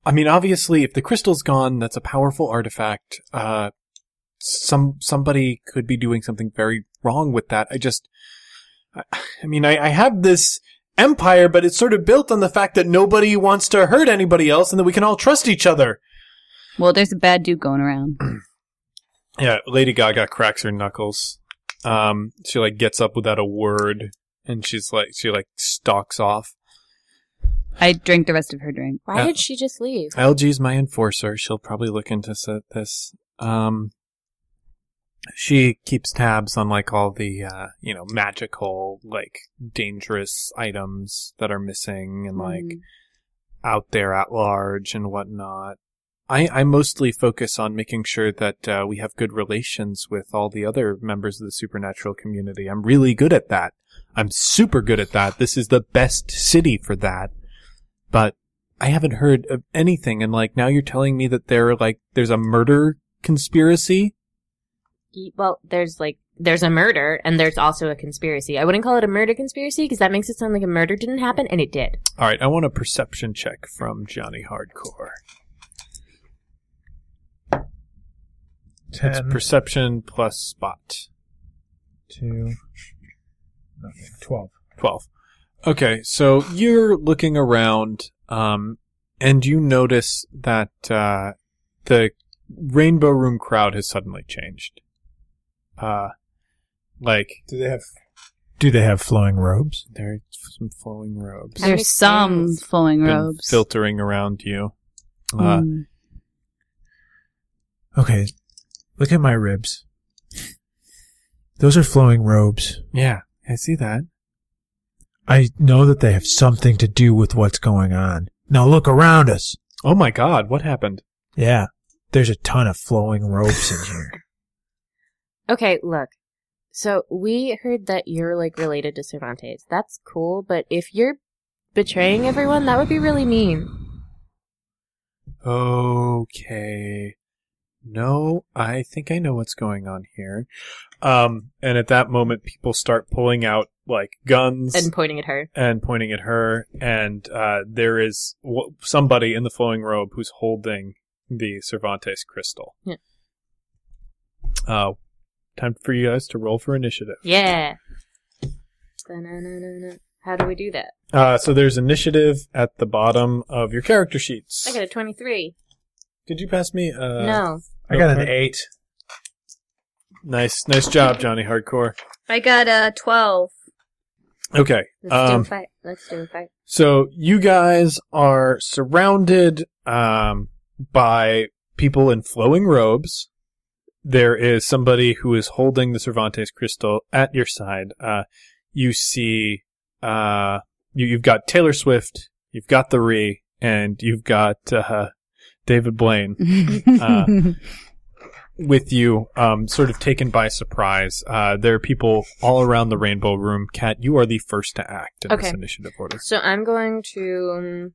S1: I mean, obviously, if the crystal's gone, that's a powerful artifact. Uh, some somebody could be doing something very wrong with that. I just, I, I mean, I, I have this empire, but it's sort of built on the fact that nobody wants to hurt anybody else, and that we can all trust each other.
S4: Well, there's a bad dude going around.
S1: Yeah, Lady Gaga cracks her knuckles. Um, she like gets up without a word, and she's like she like stalks off.
S4: I drank the rest of her drink.
S3: Why
S1: Uh,
S3: did she just leave?
S1: LG's my enforcer. She'll probably look into s- this. Um, she keeps tabs on like all the uh, you know magical like dangerous items that are missing and
S4: Mm-hmm.
S1: like
S4: Mm.
S1: out there at large and whatnot. I, I mostly focus on making sure that uh, we have good relations with all the other members of the supernatural community. I'm really good at that. I'm super good at that. This is the best city for that. But I haven't heard of anything. And like now you're telling me that there are like there's a murder conspiracy.
S3: Y- Well, there's like there's a murder and there's also a conspiracy. I wouldn't call it a murder conspiracy because that makes it sound like a murder didn't happen and it did.
S1: All right, I want a perception check from Johnny Hardcore. It's
S2: Ten,
S1: perception plus spot.
S2: two, nothing. Twelve.
S1: 12. Okay, so you're looking around, um, and you notice that uh, the Rainbow Room crowd has suddenly changed. Uh, like,
S2: Do they have? Do they have flowing robes?
S1: there are some flowing robes
S3: That
S4: There's
S3: makes
S4: some
S3: sense.
S4: flowing
S1: been
S4: robes.
S1: filtering around you. Uh,
S4: Mm.
S2: Okay, look at my ribs. Those are flowing robes.
S1: Yeah, I see that.
S2: I know that they have something to do with what's going on. Now look around us.
S1: Oh my god, what happened?
S2: Yeah, there's a ton of flowing robes in here.
S3: Okay, look. So we heard that you're like related to Cervantes. That's cool, but if you're betraying everyone, that would be really mean.
S1: okay no i think i know what's going on here um and at that moment people start pulling out like guns
S3: And
S1: and,
S3: pointing at her.
S1: pointing at her and uh there is w- somebody in the flowing robe who's holding the cervantes crystal
S3: Yeah.
S1: uh time for you guys to roll for initiative
S3: Yeah. Da-na-na-na-na. How do we do that?
S1: uh so there's initiative at the bottom of your character sheets
S3: I got a 23.
S1: did you pass me uh
S3: no.
S2: I got an eight.
S1: nice nice job johnny hardcore
S4: I got uh, a 12.
S1: okay
S3: Let's do a
S1: um
S3: fight. Let's do a fight.
S1: So you guys are surrounded um, by people in flowing robes. There is somebody who is holding the Cervantes crystal at your side. Uh, you see, uh, you, you've got Taylor Swift, you've got the Ree, and you've got uh, David Blaine Uh.
S4: Oh,
S1: with you, um, sort of taken by surprise. Uh, there are people all around the Rainbow Room. Kat, you are the first to act in
S3: Okay.
S1: this initiative order.
S3: So I'm going to. Um,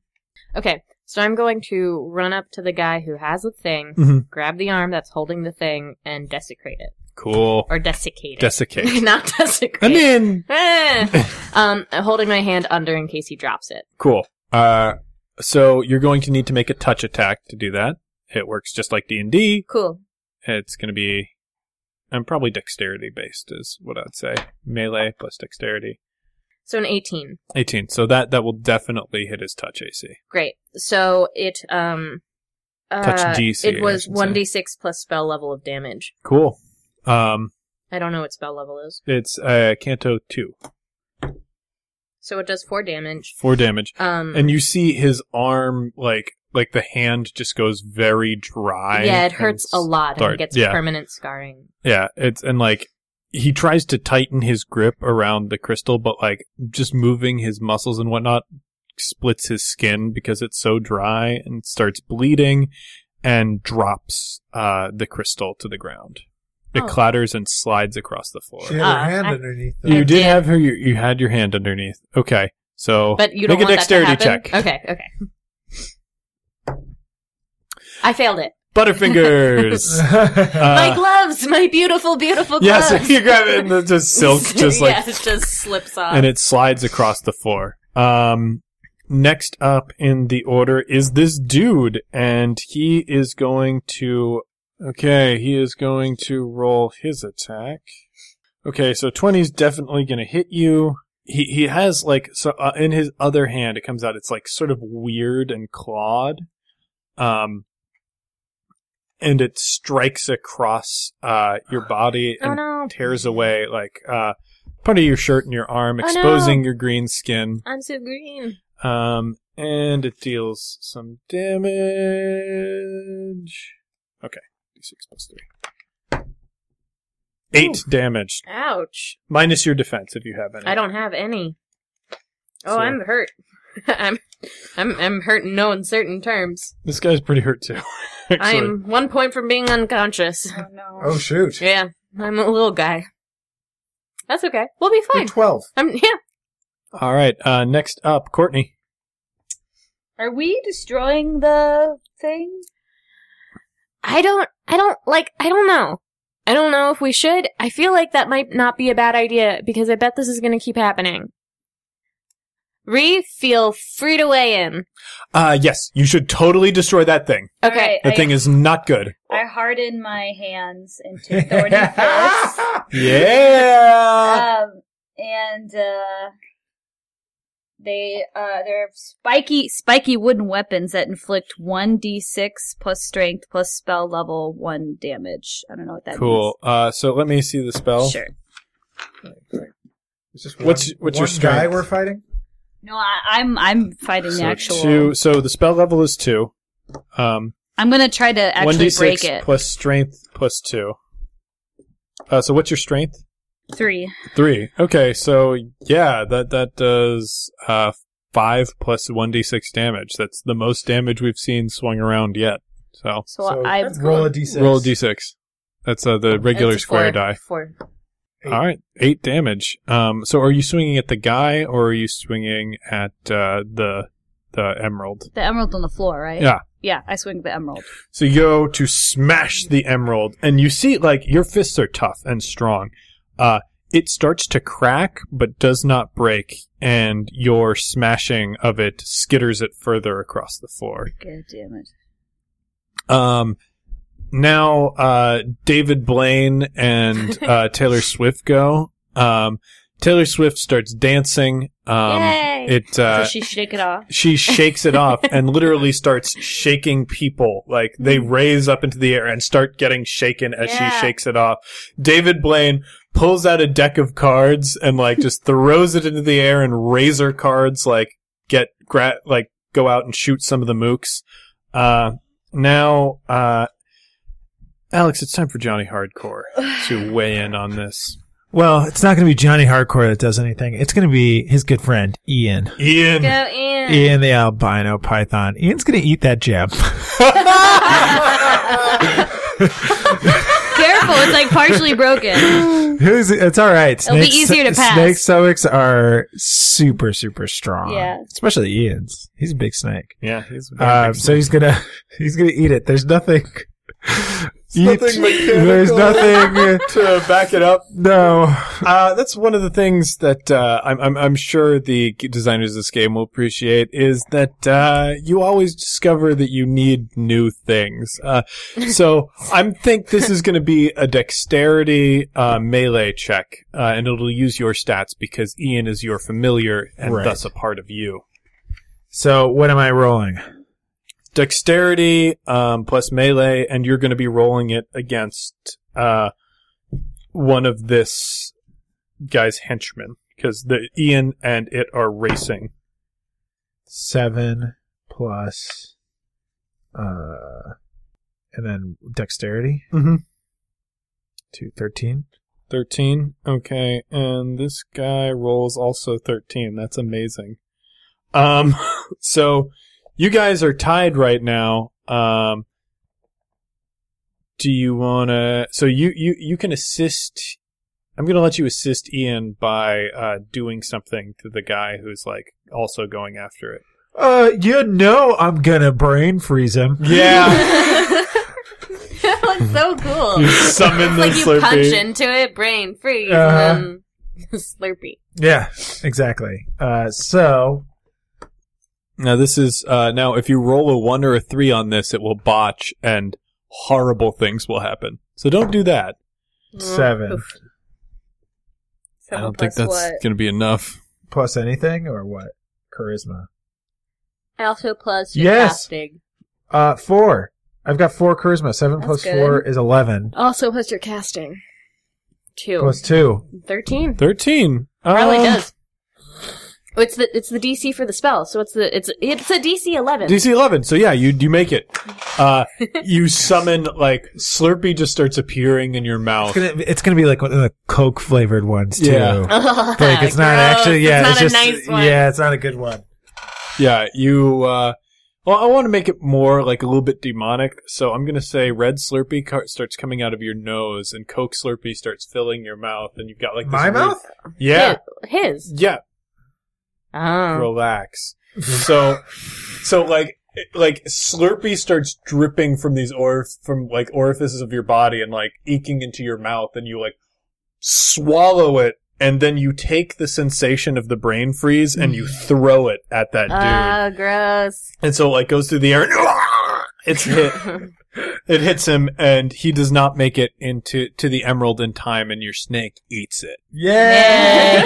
S3: okay, so I'm going to run up to the guy who has the thing,
S1: Mhm.
S3: grab the arm that's holding the thing, and desecrate it.
S1: Cool.
S3: Or desiccate it.
S1: Desiccate.
S3: Not desecrate.
S1: I'm in.
S3: Eh. um, holding my hand under in case he drops it.
S1: Cool. Uh, so you're going to need to make a touch attack to do that. It works just like D and D.
S3: Cool.
S1: It's going to be, I'm probably dexterity based is what I'd say. Melee plus dexterity.
S3: So an 18.
S1: 18. So that that will definitely hit his touch AC.
S3: Great. So it um. Uh,
S1: Touch DC,
S3: it
S1: I
S3: was
S1: should say.
S3: 1d6 plus spell level of damage.
S1: Cool. Um,
S3: I don't know what spell level is.
S1: it's uh Canto two,
S3: So it does 4 damage.
S1: four damage,
S3: Um,
S1: and you see his arm like like the hand just goes very dry.
S3: yeah, it
S1: and
S3: hurts a lot and
S1: start-
S3: it gets
S1: yeah.
S3: permanent scarring.
S1: Yeah, it's and like he tries to tighten his grip around the crystal, but like just moving his muscles and whatnot splits his skin because it's so dry and starts bleeding and drops uh, the crystal to the ground. It
S3: Oh.
S1: clatters and slides across the floor.
S2: She had
S3: Uh,
S2: her hand
S3: I-
S2: underneath.
S1: You
S3: I
S1: did,
S3: did.
S1: have her. You, you had your hand underneath. Okay, so
S3: But you don't
S1: Oh, make a
S3: want
S1: dexterity
S3: that to happen?
S1: check.
S3: Okay, okay. I failed it.
S1: Butterfingers.
S2: it.
S3: my
S1: uh,
S3: gloves, my beautiful, beautiful
S1: yeah,
S3: gloves.
S1: so you grab it and it's just silk, just like,
S3: yeah, it just slips off.
S1: and it slides across the floor. Um, next up in the order is this dude, and he is going to. Okay, he is going to roll his attack. Okay, so 20 is definitely going to hit you. He he has like so uh, in his other hand it comes out it's like sort of weird and clawed. Um and it strikes across uh your body
S3: oh
S1: and
S3: no,
S1: tears away like uh part of your shirt and your arm
S3: Oh,
S1: exposing your green skin.
S3: I'm so green.
S1: Um and it deals some damage. Okay. D6 plus 3. 8 damage
S3: Ouch.
S1: minus your defense if you have any.
S3: I don't have any. Oh,
S1: So-
S3: I'm hurt. I'm, I'm, I'm hurt in no uncertain terms.
S1: This guy's pretty hurt too.
S3: I
S1: Actually.
S3: am one point from being unconscious.
S4: Oh no.
S2: oh shoot!
S3: Yeah, I'm a little guy. That's okay. We'll be
S2: You're
S3: fine.
S2: Twelve.
S3: I'm yeah.
S1: All right. Uh, next up, Courtney.
S4: Are we destroying the thing?
S3: I don't. I don't like. I don't know. I don't know if we should. I feel like that might not be a bad idea because I bet this is going to keep happening. Ree, feel free to weigh in.
S1: Uh, yes, you should totally destroy that thing.
S3: Okay.
S1: That
S4: I,
S1: thing is not good.
S4: I harden my hands into thorny fists.
S1: Yeah.
S4: Um, and uh, they uh, they're spiky spiky wooden weapons that inflict one d six plus strength plus spell level one damage. I don't know what that
S1: Cool. Uh, so let me see the spell.
S4: means. Sure.
S2: It's just
S1: What's- what's your
S2: one guy
S1: strength?
S2: we're fighting?
S4: No, I, I'm I'm fighting
S1: So
S4: the actual.
S1: two. So the spell level is two. Um,
S4: I'm gonna try to
S1: one
S4: actually
S1: d
S4: break
S1: six
S4: it.
S1: plus strength plus two. Uh, so what's your strength?
S4: Three.
S1: Three. Okay. So yeah, that that does uh five plus one d six damage. That's the most damage we've seen swung around yet. So
S4: So, I
S2: roll a d6.
S1: roll a d6. That's uh, the regular
S3: It's a
S1: square
S3: four-
S1: die.
S3: Four.
S2: Eight.
S1: All right, eight damage. Um, so are you swinging at the guy or are you swinging at uh, the the emerald?
S4: the emerald on the floor, right?
S1: Yeah.
S4: Yeah, I swing the emerald.
S1: So you go to smash the emerald, and you see like your fists are tough and strong. Uh, it starts to crack, but does not break, and your smashing of it skitters it further across the floor.
S4: Good damn it.
S1: Um, now uh, David Blaine and uh, Taylor Swift go. Um, Taylor Swift starts dancing. Um,
S3: Yay.
S1: It uh,
S4: Does she shake it off?
S1: she shakes it off and literally starts shaking people. Like they
S4: Mm.
S1: raise up into the air and start getting shaken as
S3: Yeah.
S1: she shakes it off. David Blaine pulls out a deck of cards and like just throws it into the air and razor cards like get gra- like go out and shoot some of the mooks. Uh, now, uh, Alex, it's time for Johnny Hardcore to weigh in on this.
S2: Well, it's not going to be Johnny Hardcore that does anything. It's going to be his good friend Ian,
S1: Ian.
S3: Go in.
S2: Ian the albino python. Ian's going to eat that jab.
S4: Careful, it's like partially broken.
S2: Who's- it's all right.
S4: It'll be easier to pass.
S2: Snake stoics are super super strong.
S4: Yeah.
S2: especially Ian's. He's a big snake.
S1: Yeah, he's a very
S2: Um,
S1: big
S2: so he's gonna he's gonna eat it. There's nothing. Eat-
S1: nothing mechanical.
S2: there's nothing.
S1: to back it up.
S2: no.
S1: Uh, that's one of the things that uh, I'm, I'm, I'm sure the g- designers of this game will appreciate is that uh, you always discover that you need new things. Uh, so I think this is going to be a dexterity uh, melee check, uh, and it'll use your stats because Ian is your familiar and
S2: Right.
S1: thus a part of you.
S2: So what am I rolling?
S1: Dexterity um, plus melee, and you're going to be rolling it against uh, one of this guy's henchmen because the Ian and it are racing.
S2: Seven plus, uh, and then dexterity.
S1: Mm-hmm.
S2: Two thirteen.
S1: Thirteen. Okay, and this guy rolls also thirteen. That's amazing. Um, so you guys are tied right now. Um, do you wanna? So you you you can assist. I'm gonna let you assist Ian by uh, doing something to the guy who's like also going after it.
S2: Uh, you know I'm gonna brain freeze him.
S1: Yeah,
S3: that was so Oh, cool.
S1: you summon
S3: it's
S1: the
S3: like you
S1: Slurpee.
S3: punch into it, brain freeze,
S2: Uh-huh.
S3: and then Slurpee.
S2: Yeah, exactly. Uh, so
S1: Now this is uh, now if you roll a one or a three on this, it will botch and horrible things will happen. So don't do that.
S2: Seven.
S3: Oh, Oof.
S1: I
S3: Seven
S1: don't think
S3: plus
S1: that's going to be enough.
S2: plus anything or what? Charisma.
S3: what? Also plus
S2: your Yes. Uh, four. I've got four charisma. Seven
S4: That's
S2: plus
S4: good.
S2: four is eleven.
S6: Also, plus your casting.
S3: Two.
S2: Plus two.
S3: Thirteen.
S1: Thirteen.
S3: Probably
S1: Uh,
S3: does. Oh, it's the it's the DC for the spell, so it's the it's it's a DC eleven.
S1: DC eleven. So yeah, you you make it. Uh, you summon like Slurpee just starts appearing in your mouth.
S2: It's gonna it's gonna be like one of the Coke flavored ones too.
S1: Yeah.
S3: Oh
S2: Like it's not actually yeah, it's,
S3: not
S2: just
S3: a nice one.
S2: yeah, it's not a good one.
S1: Yeah, you. Uh, well, I want to make it more like a little bit demonic, so I'm gonna say red Slurpee car- starts coming out of your nose, and Coke Slurpee starts filling your mouth, and you've got like this
S2: My
S1: weird-
S2: mouth?
S1: Yeah,
S3: His.
S1: yeah.
S3: Oh.
S1: relax. so, so like, like Slurpee starts dripping from these or from like orifices of your body and like eking into your mouth, and you like swallow it, and then you take the sensation of the brain freeze and you throw it at that dude,
S4: Uh.
S3: Oh, gross.
S1: and so like goes through the air. And it's hit. It hits him, and he does not make it into to the emerald in time, and your snake eats it.
S4: Yeah,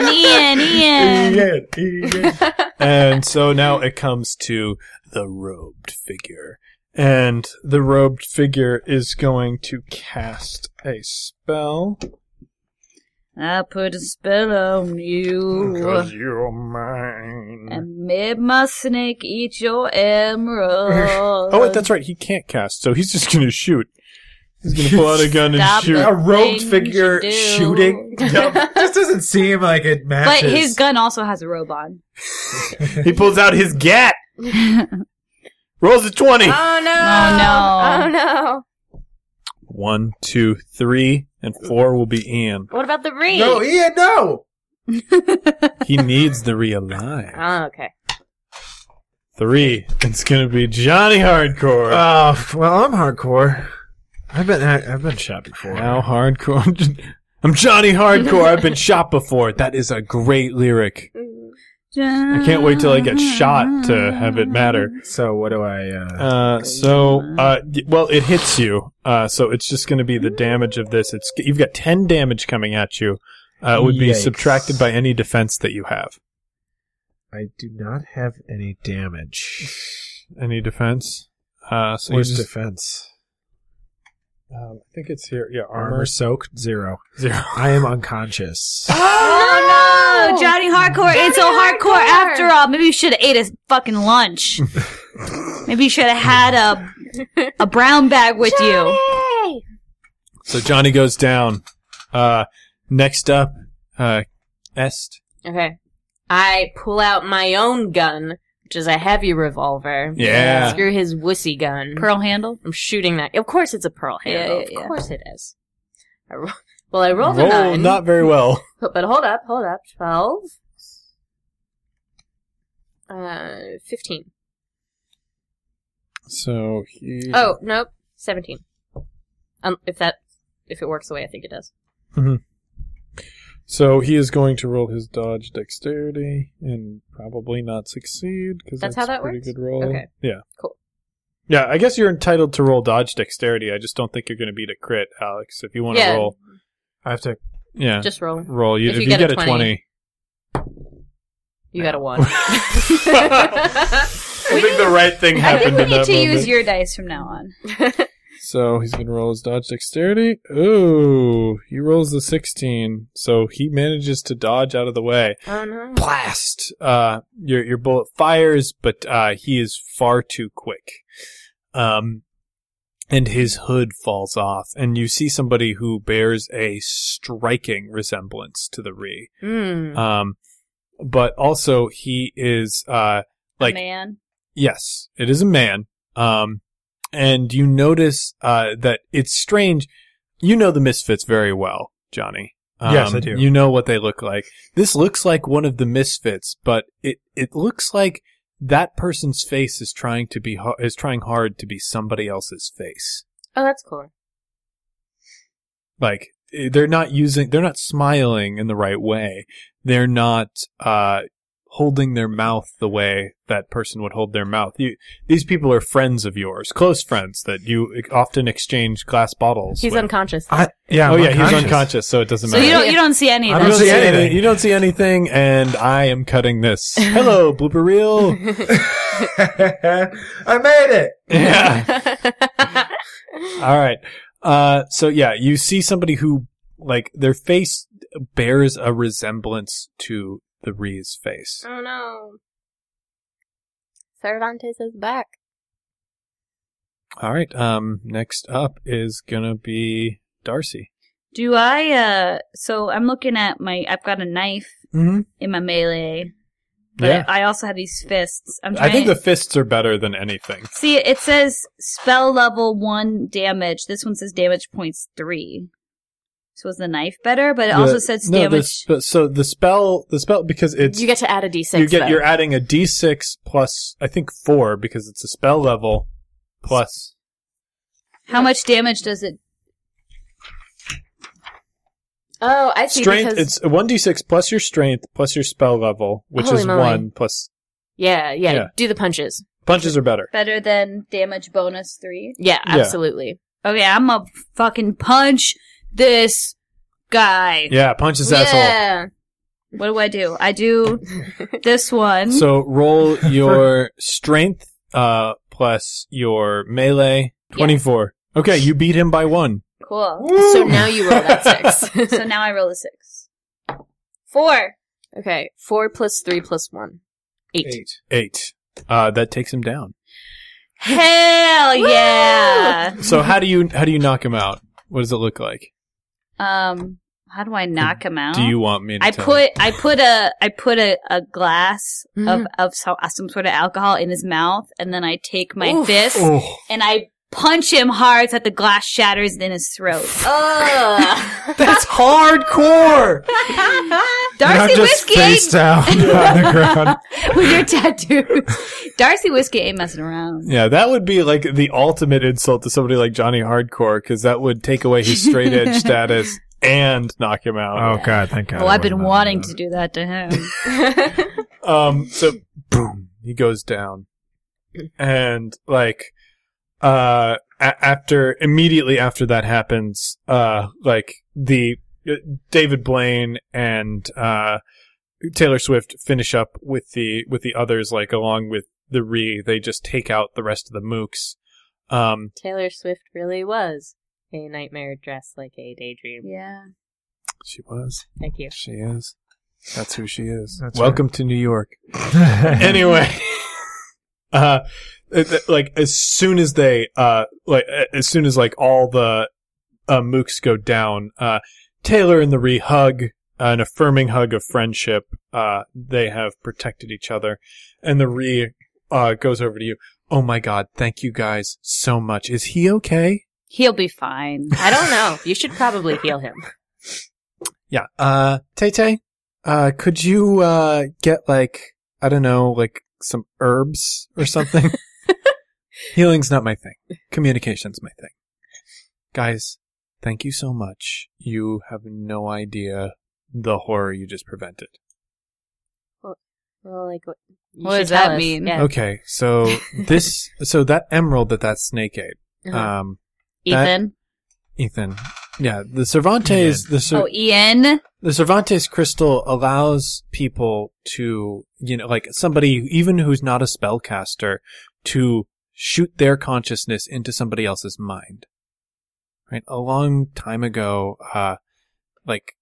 S4: Ian, Ian, Ian.
S2: Ian, Ian.
S1: and so now it comes to the robed figure. And the robed figure is going to cast a spell.
S4: I put a spell on you
S1: you're mine.
S4: and made my snake eat your emerald.
S1: Oh, wait, that's right. He can't cast, so he's just going to shoot. He's going to pull out a gun and
S4: Stop
S1: shoot.
S4: it.
S2: a robed
S4: Things
S2: figure
S4: you do.
S2: shooting. Nope. This doesn't seem like it
S4: But
S2: matches.
S4: his gun also has a robe on.
S1: He pulls out his gat. Rolls a 20.
S3: Oh no!
S4: Oh, no.
S3: Oh no!
S1: One, two, three, and four will be Ian.
S3: What about the ring?
S2: no, Ian, no.
S1: He needs the realive.
S3: oh, okay.
S1: Three. It's going to be Johnny Hardcore.
S2: Uh, well, I'm hardcore. I've been I, I've been shot before.
S1: Now hardcore. I'm, just- I'm Johnny Hardcore. I've been shot before. That is a great lyric.
S2: Oh,
S1: I can't wait till I get shot to have it matter.
S2: So what do I? Uh,
S1: Uh, so, uh, y- well, it hits you. Uh, so it's just going to be the damage of this. It's you've got ten damage coming at you. Uh, it would be
S2: Yikes.
S1: subtracted by any defense that you have.
S2: I do not have any damage.
S1: Any defense? Uh, so you
S2: Where's
S1: just-
S2: defense?
S1: um, I think it's here. Yeah,
S2: Armor,
S1: armor
S2: soaked zero.
S1: zero.
S2: I am unconscious.
S4: Oh no, Johnny Hardcore! it's so hardcore,
S3: Hardcore.
S4: after all. Maybe you should have ate a fucking lunch. Maybe you should have had a a brown bag with you.
S1: So Johnny goes down. Uh, next up, uh, Est.
S3: Okay. I pull out my own gun, which is a heavy revolver.
S1: Yeah.
S3: Screw his wussy gun.
S4: Pearl handle.
S3: I'm shooting that. Of course, it's a pearl
S4: Yeah,
S3: handle.
S4: yeah, yeah.
S3: Of course, it is. I ro- well, I rolled a
S1: Roll
S3: nine.
S1: not very well.
S3: But, but hold up, hold up. Twelve. Uh, fifteen.
S1: So he.
S3: Oh nope, seventeen. Um, if that, if it works the way I think it does.
S1: So he is going to roll his dodge dexterity and probably not succeed because
S3: That's
S1: that's,
S3: how that
S1: pretty
S3: works?
S1: good roll.
S3: Okay.
S1: Yeah.
S3: Cool.
S1: Yeah, I guess you're entitled to roll dodge dexterity. I just don't think you're going to beat a crit, Alex. If you want to
S3: Yeah.
S1: roll,
S2: I have to.
S1: yeah,
S3: Just roll.
S1: roll. You,
S3: if you get a 20.
S1: 20.
S3: You got a one.
S1: I think the right thing
S4: I
S1: happened
S4: think we
S1: in
S4: need
S1: that
S4: to use
S1: moment.
S4: your dice from now on.
S1: so he's going to roll his dodge dexterity. Ooh, he rolls the 16, so he manages to dodge out of the way.
S3: oh no.
S1: blast. Uh, your your bullet fires, but uh, he is far too quick. Um, and his hood falls off, and you see somebody who bears a striking resemblance to the Ree.
S3: Mm.
S1: Um, but also he is uh
S4: A
S1: like
S4: man.
S1: yes, it is a man. Um, and you notice uh, that it's strange. You know the Misfits very well, Johnny. Um,
S2: Yes, I do.
S1: You know what they look like. This looks like one of the Misfits, but it it looks like that person's face is trying to be har- is trying hard to be somebody else's face.
S3: Oh, that's cool.
S1: Like eh, they're not using they're not smiling in the right way. They're not uh holding their mouth the way that person would hold their mouth. You these people are friends of yours, close friends that you ex- often exchange glass bottles.
S3: He's
S1: with.
S3: unconscious.
S2: I, yeah.
S1: oh
S2: I'm
S1: yeah, he's unconscious, so it doesn't
S4: So
S1: matter.
S4: you don't you don't see any
S2: I
S4: of
S1: You
S2: don't
S4: that.
S2: see
S1: any-
S2: anything.
S1: You don't see anything, and I am cutting this. Hello, blooper reel.
S2: I made it.
S1: yeah. All right. Uh, so yeah, you see somebody who like their face bears a resemblance to the Ree's face.
S3: oh no. Cervantes is back.
S1: All right. Um, next up is gonna be Darcy.
S4: Do I uh so I'm looking at my I've got a knife
S1: Mm-hmm.
S4: in my melee. But
S1: Yeah.
S4: I also have these fists. I'm trying
S1: I think the fists are better than anything.
S4: See, it says spell level one damage. This one says damage points three. So was the knife better? But it also
S1: The-
S4: says
S1: no, the
S4: damage.
S1: sp- so the spell, the spell, because it's
S3: you get to add a d6.
S1: you get
S3: though.
S1: you're adding a d6 plus I think four because it's a spell level plus
S4: How much damage does it?
S3: Oh, I see.
S1: strength.
S3: because-
S1: It's one d6 plus your strength plus your spell level, which
S3: Holy
S1: is
S3: moly.
S1: one plus
S3: yeah, yeah,
S1: Yeah.
S3: Do the punches.
S1: punches are better.
S4: Better than damage bonus three.
S3: Yeah,
S1: Yeah.
S3: absolutely.
S4: Okay, I'm a fucking punch this guy.
S1: Yeah, punch his asshole.
S3: yeah.
S4: What do I do? I do this one.
S1: So roll your strength uh plus your melee twenty four. Okay, you beat him by one.
S4: cool.
S3: So now you roll that six.
S4: So now I roll a six. Four.
S3: okay, four plus three plus one. Eight.
S1: Eight. Uh, that takes him down.
S4: Hell yeah.
S1: So how do you how do you knock him out? What does it look like?
S4: Um, how do I knock him out?
S1: Do you want me? to
S4: I
S1: tell
S4: put I put a I put a, a glass of
S3: Mhm.
S4: of so, some sort of alcohol in his mouth, and then I take my
S3: Oof.
S4: fist
S1: Oh.
S4: and I punch him hard so that the glass shatters in his throat.
S3: Ugh.
S2: That's hardcore.
S4: Darcy Whiskey
S2: face
S4: ain't-
S2: down on the ground.
S4: with your tattoos. Darcy Whiskey ain't messing around.
S1: Yeah, that would be like the ultimate insult to somebody like Johnny Hardcore because that would take away his straight edge status and knock him out.
S2: Oh God, thank God.
S4: Oh,
S2: I
S4: I've been
S2: wouldn't
S4: wanting
S2: have
S4: to do that to him.
S1: Um, so boom, he goes down, and like, uh, a- after immediately after that happens, uh, like the uh, David Blaine and uh, Taylor Swift finish up with the with the others, like along with the re. They just take out the rest of the mooks. Um,
S3: Taylor Swift really was a nightmare dressed like a daydream.
S4: yeah.
S1: she was.
S3: Thank you.
S1: She is. That's who she is.
S2: That's
S1: Welcome to New York.
S2: done.
S1: anyway, uh, it- it- like as soon as they, uh, like a- as soon as like all the uh, mooks go down, uh, Taylor and the re hug an affirming hug of friendship. Uh, they have protected each other, and the re uh, goes over to you. Oh my God! Thank you guys so much. Is he okay?
S4: He'll be fine.
S3: I don't know. You should probably heal him.
S1: Yeah. Uh, Tay Tay, uh, could you, uh, get like, I don't know, like some herbs or something? Healing's not my thing. Communication's my thing. Guys, thank you so much. You have no idea the horror you just prevented.
S3: Well, like, what, you
S4: What
S3: should
S4: does that
S3: tell us.
S4: mean?
S3: Yeah.
S1: Okay, so this, so that emerald that that snake ate,
S3: Uh-huh.
S1: um,
S4: Ethan.
S1: Ethan, yeah, the Cervantes, the Cer-
S4: oh, Ian.
S1: The Cervantes crystal allows people to, you know, like somebody even who's not a spellcaster to shoot their consciousness into somebody else's mind. Right? A long time ago, uh, like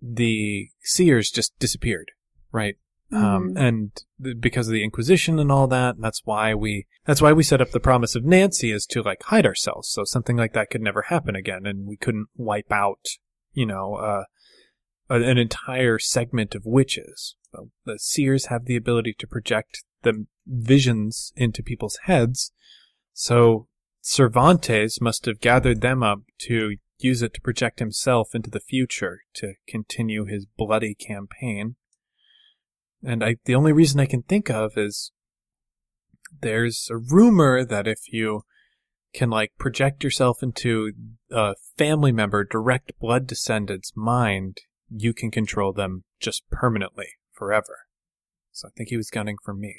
S1: the seers just disappeared, right? Um, and th- because of the Inquisition and all that, and that's why we, that's why we set up the promise of Nancy is to like hide ourselves. So something like that could never happen again. And we couldn't wipe out, you know, uh, a- an entire segment of witches. Well, the seers have the ability to project the visions into people's heads. So
S7: Cervantes must have gathered them up to use it to project himself into the future to continue his bloody campaign. And I, the only reason I can think of is there's a rumor that if you can like project yourself into a family member, direct blood descendant's mind, you can control them just permanently, forever. So I think he was gunning for me.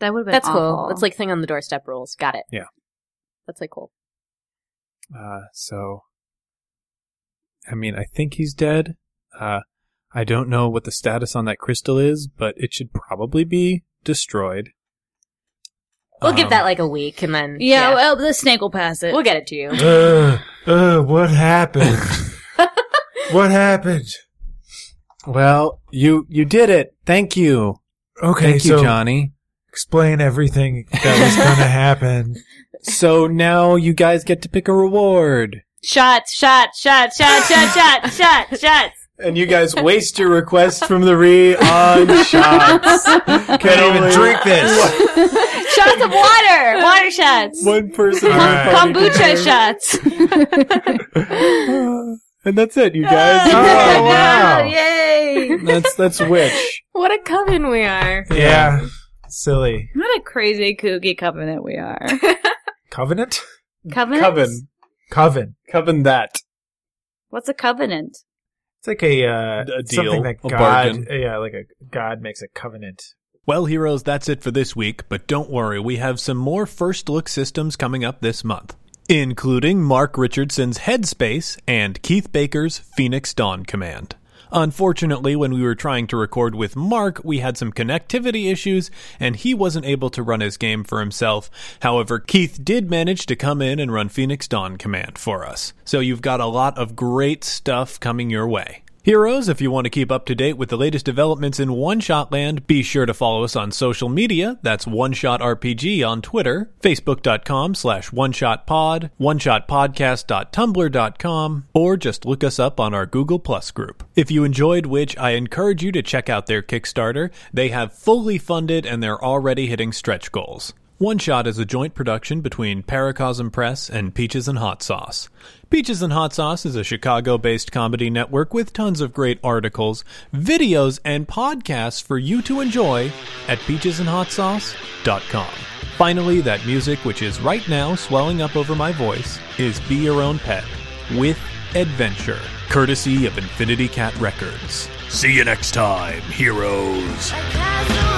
S4: That would have been
S3: That's
S4: awful.
S3: cool. It's like thing on the doorstep rules. Got it.
S7: Yeah.
S3: That's like cool.
S7: Uh, so, I mean, I think he's dead. Uh, I don't know what the status on that crystal is, but it should probably be destroyed.
S3: We'll give
S7: Um,
S3: that like a week and then
S4: yeah, Well, the snake will pass it.
S3: we'll get it to you.
S2: uh, uh, what happened? what happened?
S7: Well, you you did it. Thank you.
S2: Okay,
S7: Thank
S2: so
S7: you, Johnny.
S2: explain everything that was going to happen.
S7: So now you guys get to pick a reward.
S4: Shots, shots, shots, shots, shots, shots, shots, shots.
S7: And you guys waste your request from the re on shots.
S2: Can't even drink this.
S4: Shots of water, water shots,
S7: One person.
S2: All right.
S4: kombucha shots.
S7: and that's it, you guys.
S2: Oh, wow.
S4: Yay!
S7: That's that's witch.
S3: what a coven we are.
S2: Yeah. Silly.
S4: What a crazy kooky covenant we are.
S2: Covenant?
S4: Covenant.
S7: Coven.
S2: Coven.
S7: Coven that.
S4: What's a covenant?
S2: It's like a, uh,
S7: A deal,
S2: something that
S7: a
S2: God,
S7: bargain.
S2: yeah, like a God makes a covenant.
S1: Well, heroes, that's it for this week, but don't worry, we have some more first look systems coming up this month, including Mark Richardson's Headspace and Keith Baker's Phoenix Dawn Command. Unfortunately, when we were trying to record with Mark, we had some connectivity issues and he wasn't able to run his game for himself. However, Keith did manage to come in and run Phoenix Dawn Command for us. So you've got a lot of great stuff coming your way. Heroes, if you want to keep up to date with the latest developments in One Shot Land, be sure to follow us on social media. That's One Shot RPG on Twitter, facebook.com slash one shot pod, one shot podcast.tumblr.com, or just look us up on our Google Plus group. If you enjoyed which, I encourage you to check out their Kickstarter. They have fully funded and they're already hitting stretch goals. One Shot is a joint production between Paracosm Press and Peaches and Hot Sauce. Peaches and Hot Sauce is a Chicago based comedy network with tons of great articles, videos, and podcasts for you to enjoy at peachesandhotsauce.com. Finally, that music, which is right now swelling up over my voice, is Be Your Own Pet with Adventure, courtesy of Infinity Cat Records.
S5: See you next time, heroes.
S6: Cast away.